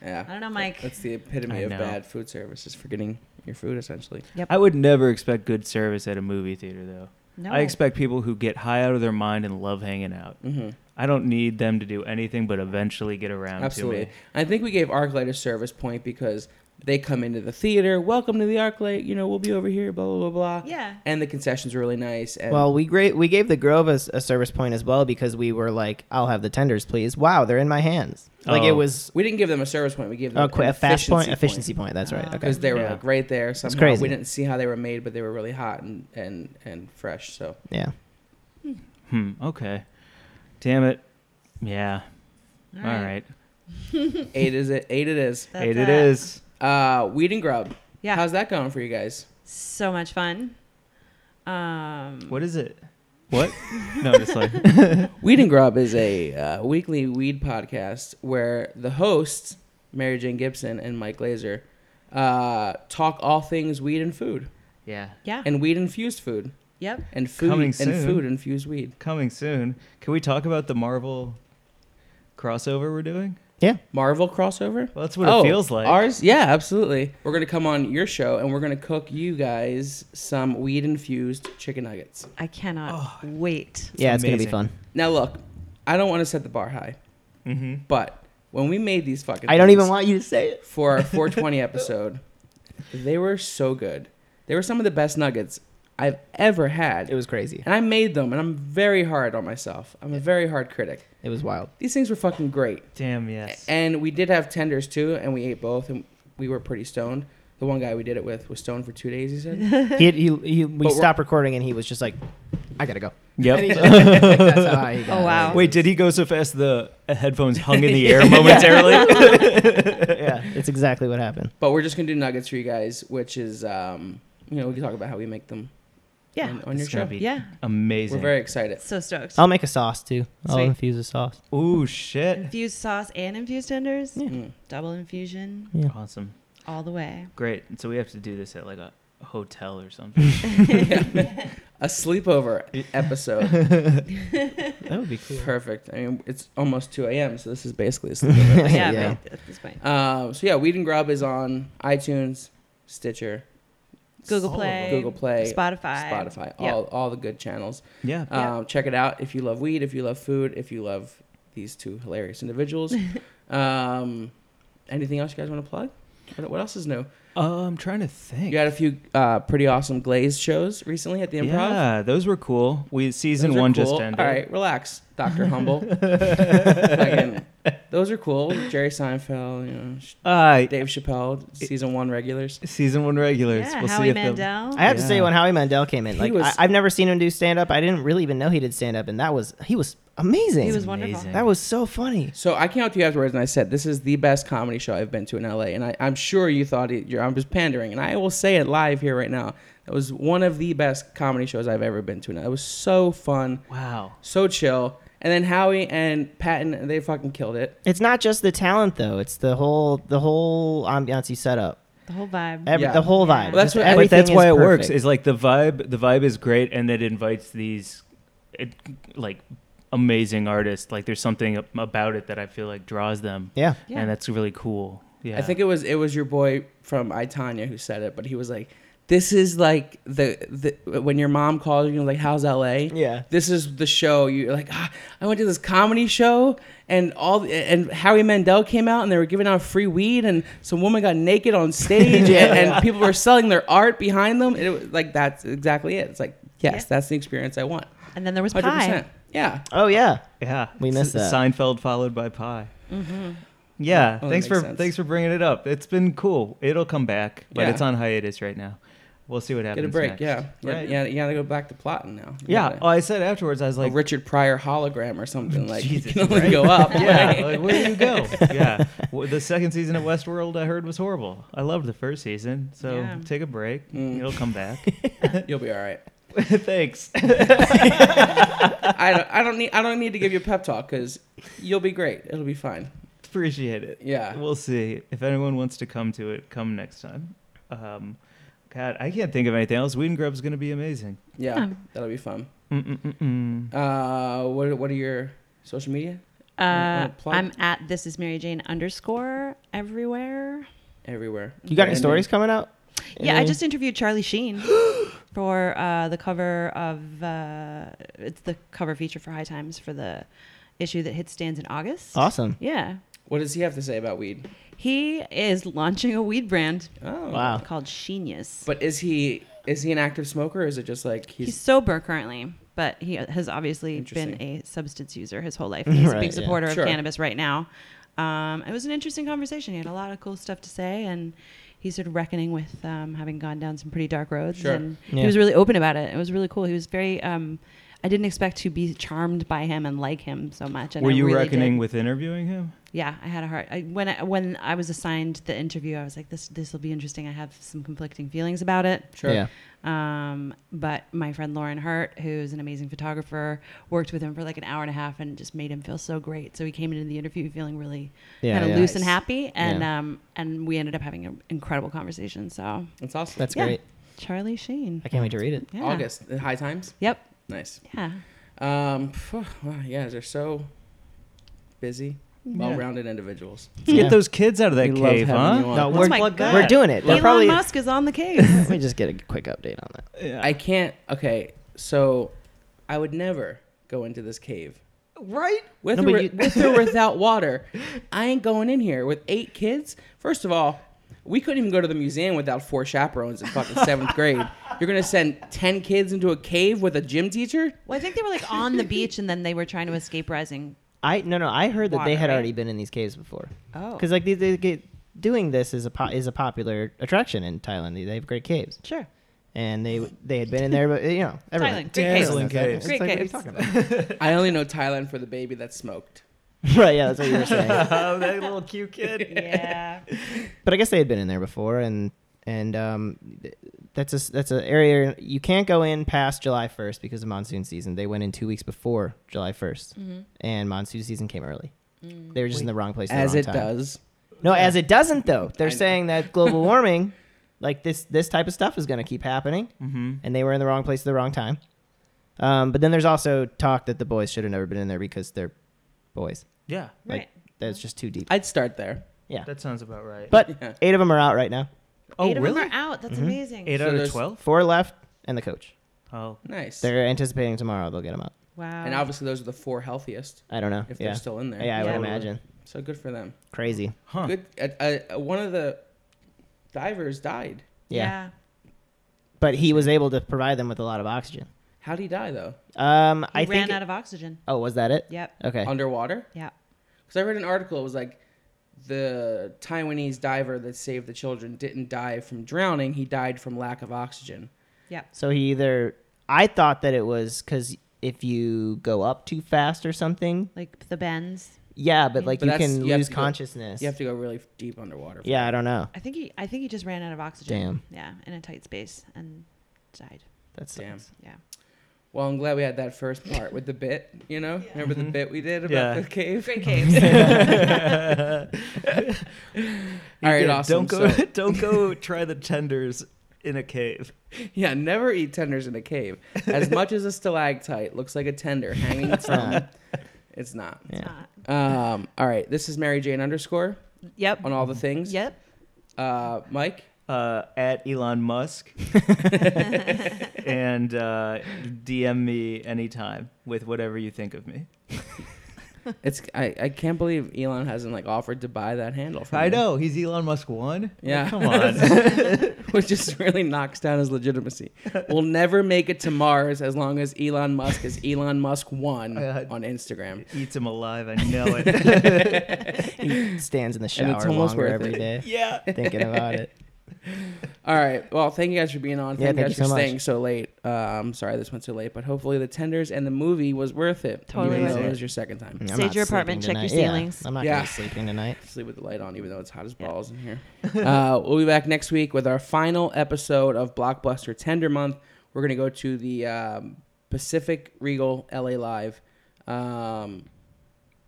C: Yeah.
F: I don't know, Mike.
C: That's the epitome
A: I
C: of
A: know.
C: bad food service is forgetting your food essentially.
A: I would never expect good service at a movie theater, though.
F: No.
A: I expect people who get high out of their mind and love hanging out.
C: Mm-hmm.
A: I don't need them to do anything but eventually get around to
C: Absolutely.
A: me.
C: I think we gave ArcLight a service point because they come into the theater, welcome to the ArcLight, you know, we'll be over here, blah, blah, blah, blah.
F: Yeah.
C: And the concessions were really nice. And
B: Well, we great we gave the Grove a, s- a service point as well because we were like, "I'll have the tenders, please." Wow, they're in my hands. Like it
A: Oh.
B: was
C: we didn't give them a service point. We gave them
B: a, qu-
C: an
B: a fast point, efficiency point. That's right.
F: Oh.
B: Okay.
C: Because they were
A: Yeah.
C: like right there. Somehow
B: crazy.
C: we didn't see how they were made, but they were really hot and, and, and fresh. So (laughs)
B: Yeah.
A: Hmm. Okay. Damn it. Yeah. All right.
C: eight is it? Eight it is.
F: That's
A: Eight it
F: that.
A: is.
C: Uh, Weed and Grub.
F: Yeah.
C: How's that going for you guys?
F: so much fun. Um,
A: What is it? What? (laughs) no,
C: (laughs)
A: just like
C: Weed and Grub is a uh, weekly weed podcast where the hosts, Mary Jane Gibson and Mike Glazer, uh, talk all things weed and food
A: yeah.
F: Yeah.
C: and weed infused food
F: yep.
C: and food
A: Coming
C: and
A: soon.
C: food infused weed.
A: Coming soon. Can we talk about the Marvel crossover we're doing?
B: Yeah.
C: Marvel crossover. Oh,
A: Well, that's what it feels like.
C: Ours, yeah, absolutely. We're gonna come on your show and we're gonna cook you guys some weed infused chicken nuggets.
F: I cannot
C: Oh.
F: wait.
B: Yeah, it's
A: amazing.
B: gonna be fun.
C: Now look, I don't want to set the bar high,
A: mm-hmm.
C: but when we made these fucking,
B: I don't
C: things
B: even want you to say it.
C: for our 420 episode, they were so good. They were some of the best nuggets I've ever had.
B: It was crazy.
C: and I made them, and I'm very hard on myself. I'm a very hard critic.
B: It was wild.
C: These things were fucking great.
A: Damn, yes.
C: And we did have tenders too, and we ate both, and we were pretty stoned. The one guy we did it with was stoned for two days. He said,
B: (laughs) He, he, he, we
C: we're-
B: stopped recording and he was just like, I gotta go. And
A: (laughs)
B: he
A: Yep.
B: just- that's how he got
D: Oh,
B: it.
D: wow.
A: Wait, did he go so fast the headphones hung (laughs) in the air momentarily?
B: Yeah, it's exactly what happened.
C: "But we're just gonna do nuggets for you guys, which is, um, you know, we can talk about how we make them
D: Yeah.
C: on, on your
A: It's gonna
C: show.
A: be
D: Yeah.
A: amazing.
C: We're
B: (laughs)
C: very excited.
D: So stoked.
B: I'll make a sauce too. I'll
D: Sweet.
B: infuse a sauce.
A: Ooh, shit.
D: infused sauce and infused tenders.
B: Yeah.
C: Mm. (laughs)
D: Double infusion
B: Yeah.
A: Awesome.
D: all
B: (laughs)
D: the way.
A: Great. So we have to do this at like a hotel or something.
B: (laughs)
C: A sleepover episode,
D: (laughs)
B: That would be cool.
C: perfect. I mean, it's almost 2 a.m., so this is basically
B: (laughs)
C: a sleepover.
D: Yeah,
B: Yeah.
D: Right, at this point.
C: uh, so yeah, Weed and Grub is on iTunes, Stitcher,
D: Google
A: All of
D: Play.
A: them.
C: Google Play,
D: Spotify.
C: Spotify,
D: Yeah.
C: all all the good channels.
A: (laughs) yeah.
D: Yeah.
C: Um, check it out if you love weed, if you love food, if you love these two hilarious individuals. um, anything else you guys want to plug? What, what else is new?
A: Uh, I'm trying to think.
C: You had a few uh, pretty awesome Glaze shows recently at the Improv.
A: Yeah, those were cool. We season
C: Those are
A: one
C: cool.
A: just ended.
C: All
A: (laughs)
C: right, relax, Doctor Humble. Fucking- those are cool. Jerry Seinfeld, you know, Sh-
A: Uh,
C: Dave Chappelle, season one regulars.
A: season one regulars.
D: Yeah,
A: we'll see
D: Howie
A: if they'll-
D: Mandel.
B: I have to say,
A: Yeah.
B: when Howie Mandel came in,
C: He
B: like
C: was-
B: I, I've never seen him do stand up. I didn't really even know he did stand up, and that was he was amazing.
D: He was wonderful.
A: Amazing.
B: that was so funny.
C: So I came up to you afterwards and I said, "This is the best comedy show I've been to in LA," and I, I'm sure you thought it, you're, I was pandering, and I will say it live here right now. That was one of the best comedy shows I've ever been to, and it was so fun,
A: Wow.
C: so chill. And then Howie and Patton, they fucking killed it.
B: It's not just the talent though; it's the whole the whole ambiance you set up,
D: the whole vibe.
B: Every,
C: Yeah.
B: the whole
D: Yeah.
B: vibe.
C: Well, that's
B: Just
C: what-
B: everything
C: But
A: but that's
B: is
A: why it works.
B: perfect.
A: Is like the vibe. The vibe is great, and it invites these, it, like, amazing artists. Like, there's something about it that I feel like draws them,
B: yeah,
D: Yeah.
A: and that's really cool. Yeah.
C: I think it was it was your boy from Itanya who said it, but he was like, "This is like the, the when your mom calls you like, how's LA?
B: yeah.
C: This is the show. You're like, ah, I went to this comedy show, and all and Howie Mandel came out, and they were giving out free weed, and some woman got naked on
A: (laughs)
C: stage, and, and people were selling their art behind them. And it was like that's exactly it. It's like yes,
D: Yeah.
C: that's the experience I want.
D: And then there was
C: Hundred
D: pie.
C: percent. Yeah.
B: Oh yeah,
A: Yeah,
B: We missed
A: S-
B: that.
A: Seinfeld followed by pie. Mm-hmm. Yeah,
C: Oh, that
A: thanks for
C: makes sense.
A: thanks for bringing it up. It's been cool. It'll come back, but
C: Yeah.
A: it's on hiatus right now. We'll see what happens.
C: Get a break.
A: next.
C: Yeah. Yeah.
A: Right.
C: Yeah. You gotta go back to plotting now. You
A: Yeah.
C: gotta-
A: Oh, I said afterwards. I was
C: a
A: like,
C: Richard Pryor hologram or (laughs) something. Like
A: Jesus,
C: you can only go up.
A: (laughs) yeah, like, where do you go? Yeah, Well, the second season of Westworld I heard was horrible. I loved the first season, so
D: Yeah.
A: take a break.
C: Mm.
A: It'll
C: (laughs)
A: come back.
C: You'll be all right.
A: thanks. (laughs)
C: I don't. I don't need. I don't need to give you a pep talk because you'll be great. It'll be fine.
A: Appreciate it.
C: Yeah.
A: We'll see. If anyone wants to come to it, come next time. Um, God, I can't think of anything else. Weed and Grub's gonna be amazing.
C: Yeah. That'll be fun.
A: Mm-mm-mm-mm.
C: Uh, what What are your social media?
D: Uh,
C: Uh, plug.
D: I'm at this is Mary Jane underscore everywhere.
C: Everywhere.
B: you got any
C: Brandon.
B: stories coming out?
D: Yeah, I
B: Any-
D: just interviewed
B: (gasps)
D: Charlie Sheen for uh, the cover of uh, it's the cover feature for High Times for the issue that hits stands in August.
B: awesome.
D: Yeah,
C: What does he have to say about weed?
D: he is launching a weed brand
C: Oh.
B: Wow.
D: called Sheenius.
C: But is he is he an active smoker? or Is it just like
D: He's,
C: he's,
D: sober currently, but he uh, has obviously been
C: Interesting.
D: a substance user his whole life. He's a
B: Right, yeah.
D: big supporter
C: Sure.
D: of cannabis right now. Um, it was an interesting conversation. He had a lot of cool stuff to say, and he's sort of reckoning with um, having gone down some pretty dark roads.
C: Sure.
D: And
B: Yeah.
D: he was really open about it. It was really cool. He was very. Um, I didn't expect to be charmed by him and like him so much. And
A: Were
D: I
A: you
D: really
A: reckoning
D: did.
A: with interviewing him?
D: Yeah, I had a heart. I, when I, when I was assigned the interview, I was like, "This this will be interesting." I have some conflicting feelings about it.
C: sure?
B: Yeah.
D: Um, but my friend Lauren Hart, who's an amazing photographer, worked with him for like an hour and a half and just made him feel so great. So he came into the interview feeling really
B: Yeah,
D: kind of
B: yeah.
D: loose and
C: Nice.
D: happy, and
B: Yeah.
D: um, and we ended up having an incredible conversation. So
C: That's awesome.
B: That's
D: Yeah.
B: great.
D: Charlie Sheen,
B: I can't wait to read it.
D: yeah.
C: August. High times.
D: Yep.
C: Nice.
D: Yeah.
C: Um. (sighs) Wow. You guys are so busy, well-rounded individuals.
A: Let's
B: Yeah.
A: get those kids out of that
C: We love
A: cave,
C: having
A: huh?
C: you on.
B: No,
C: Let's
B: we're,
D: plug that.
B: we're doing it. They're
D: Elon
B: probably.
D: Musk is on
B: (laughs)
D: the case.
B: Let me just get a quick update on that.
C: I can't. Okay, so I would never go into this cave
A: right?
C: with,
B: No,
C: or,
B: but you-
C: with or without water. I ain't going in here with eight kids. First of all, We couldn't even go to the museum without four chaperones in fucking seventh grade. You're gonna send ten kids into a cave with a gym teacher?
F: Well, I think they were like on the beach and then they were trying to escape rising.
B: I no no. I heard that they
F: Water,
B: had
F: right?
B: already been in these caves before. (laughs)
F: Oh.
B: because like they, they get, doing this is a po- is a popular attraction in Thailand. They- They have great caves,
F: Sure.
B: and they they had been in there, but you know, everyone.
F: Thailand, great caves.
A: Dazzling
B: It's
F: Great
B: like, what are you
F: caves.
B: talking about?
C: I only know Thailand for the baby that smoked.
B: (laughs) right? Yeah, that's what you were saying.
A: Oh, (laughs) that little cute kid.
F: (laughs) Yeah.
B: But I guess they had been in there before, and and um, th- that's a s- that's an area you can't go in past July first because of monsoon season. They went in two weeks before July 1st
D: Mm-hmm.
B: and monsoon season came early. They were just in the wrong place. At
C: Mm. As
B: the wrong
C: it
B: time.
C: does.
B: No, as it doesn't though. They're
C: I know.
B: saying that
C: (laughs)
B: global warming, like this this type of stuff, is going to keep happening,
A: Mm-hmm.
B: and they were in the wrong place at the wrong time. Um, but then there's also talk that the boys should have never been in there because they're boys.
A: Yeah,
B: Like
F: Right.
B: that's just too deep.
C: I'd start there.
A: that sounds about right.
B: But
C: Yeah.
B: eight of them are out right now.
A: oh,
F: Eight of
A: really?
F: them are out. That's
B: Mhm.
F: amazing.
A: Eight
C: So
A: out of
C: there's-
A: twelve.
B: Four left and the coach.
A: Oh,
C: (laughs) Nice.
B: They're anticipating tomorrow they'll get them out.
F: Wow.
C: And obviously those are the four healthiest
B: I don't know.
C: if
B: yeah.
C: they're still in there.
B: yeah, I would
F: Yeah.
B: imagine.
C: So good for them.
B: Crazy.
A: huh.
C: Good. Uh, uh, one of the divers died.
B: Yeah. But he was able to provide them with a lot of oxygen.
C: How would he die though?
B: Um,
F: He
B: I
F: ran
B: think.
F: out of oxygen.
B: oh, was that it?
F: Yep.
A: Eh.
B: Okay.
C: Underwater?
F: Yeah.
C: Because I read an article. It was like the Taiwanese diver that saved the children didn't die from drowning. He died from lack of oxygen.
B: So he either. I thought that it was because if you go up too fast or something.
F: Like the bends.
B: Yeah, but like
C: But
B: you
C: that's-
B: can
C: you have
B: lose
C: to go-
B: consciousness.
C: You have to go really deep underwater.
B: yeah, I don't know.
F: I think he I think he just ran out of oxygen. Damn. Yeah, in a tight space and died.
B: That's
C: Damn.
A: (laughs)
F: Yeah.
C: Well, I'm glad we had that first part with the bit. You know, remember the bit we did about
A: Mm-hmm. Yeah.
C: the cave?
F: Great caves.
C: All right,
A: Yeah,
C: awesome.
A: Don't go. (laughs)
C: So-
A: don't go. Try the tenders in a cave.
C: yeah, never eat tenders in a cave.
A: (laughs)
C: As much as a stalactite looks like a tender hanging
F: (laughs)
C: from, it's not.
B: Yeah.
C: Um, all right, this is Mary Jane underscore
F: yep.
C: on all
A: Mm-hmm.
C: the things.
F: Yep.
C: Uh, Mike,
A: uh, at Elon (laughs) Musk and uh, DM me anytime with whatever you think of me.
C: it's I, I can't believe Elon hasn't like offered to buy that handle. From
E: I
C: you.
E: know he's Elon Musk one.
C: Yeah.
A: Come on. (laughs)
C: which just (laughs) really knocks down his legitimacy. We'll never make it to Mars as long as Elon Musk is Elon
F: (laughs)
C: Musk one
E: Uh,
C: on Instagram.
A: Eats him alive. I know it.
B: He stands in the shower
C: (laughs) And it's almost
B: longer
C: worth
B: every day
A: (laughs)
C: (laughs)
A: yeah.
B: thinking
F: (laughs)
B: about it.
C: All right. Well, thank you guys for being on. Thank
B: Yeah,
C: you
B: thank
C: guys
B: you so
C: for
B: much.
C: staying so late. Uh, I'm sorry this went so late, but hopefully the tenders and the movie was worth it.
F: Totally
C: even
F: worth
C: though
F: it.
C: it was your second time.
B: I'm
F: Stage
B: not
F: your
B: sleeping
F: apartment, check your
B: tonight. Yeah,
F: ceilings.
B: I'm not
C: Yeah.
B: gonna be sleeping tonight.
C: Sleep with the light on, even though it's hot as
F: Yeah.
C: balls
B: (laughs)
C: in here. Uh, we'll be back next week with our final episode of Blockbuster Tender Month. We're gonna go to the um, Pacific Regal LA Live. Um,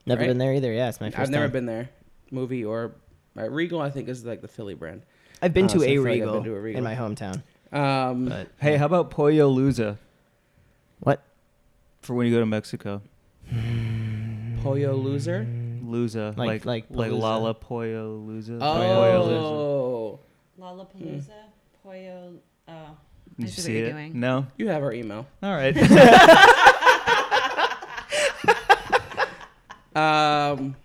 B: Never
C: Right?
B: been there either. Yeah, it's my
C: I've
B: first
C: never
B: time.
C: been there. Movie or uh, Regal, I think is like the Philly brand.
B: I've been
C: Uh,
B: to
C: so I
B: a
C: feel like I've
B: Regal
C: been to a Regal.
B: in my hometown.
C: Um,
B: But
E: Hey, how about Pollo Luza?
B: what?
A: For when you go to Mexico,
C: Pollo Loser.
A: Luza.
B: Like- like
A: Like like like
B: Palooza.
A: Lala Pollo Luza. Pollo Luza.
C: Oh,
F: Lollapalooza, Pollo oh.
A: You
F: I see what
A: see
F: you're
A: it?
F: doing.
A: No.
C: you have our email.
A: All (laughs) right.
C: Um,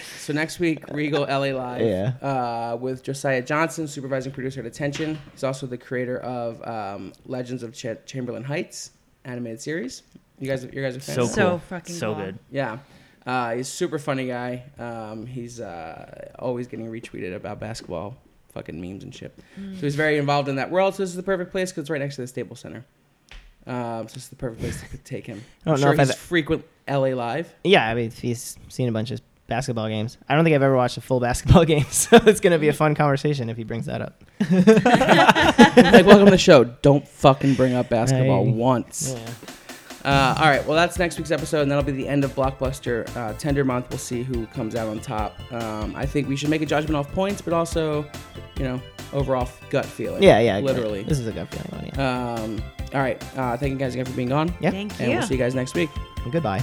C: so next week, Regal LA Live
B: Yeah.
C: uh, with Josiah Johnson, supervising producer at Attention. He's also the creator of um, Legends of Ch- Chamberlain Heights animated series. You guys, you guys are fans.
A: So
C: of that?
F: So
A: cool.
F: fucking
A: so
F: cool.
A: good.
C: Yeah. Uh, he's a super funny guy. Um, he's uh, always getting retweeted about basketball fucking memes and shit.
F: Mm.
C: So he's very involved in that world. So this is the perfect place because it's right next to the Staples Center. Um, so this is the perfect place to take him.
B: I don't
C: I'm
B: know
C: sure
B: if I've- e-,
C: he's frequent LA Live.
B: Yeah, I mean, he's seen a bunch of basketball games. I don't think I've ever watched a full (laughs) basketball game, so it's gonna be a fun conversation if he brings that up.
C: like, welcome to the show. Don't fucking bring up basketball
B: Hey.
C: once. Uh, all right. Well, that's next week's episode, and that'll be the end of Blockbuster uh, Tender Month. We'll see who comes out on top. Um, I think we should make a judgment off points, but also, you know, overall gut feeling.
B: Yeah, yeah,
C: Literally.
B: This is a good feeling one. Yeah.
C: Um, all right. Uh, thank you guys again for being on.
B: Yeah.
F: Thank you.
C: And we'll see you guys next week.
B: Goodbye.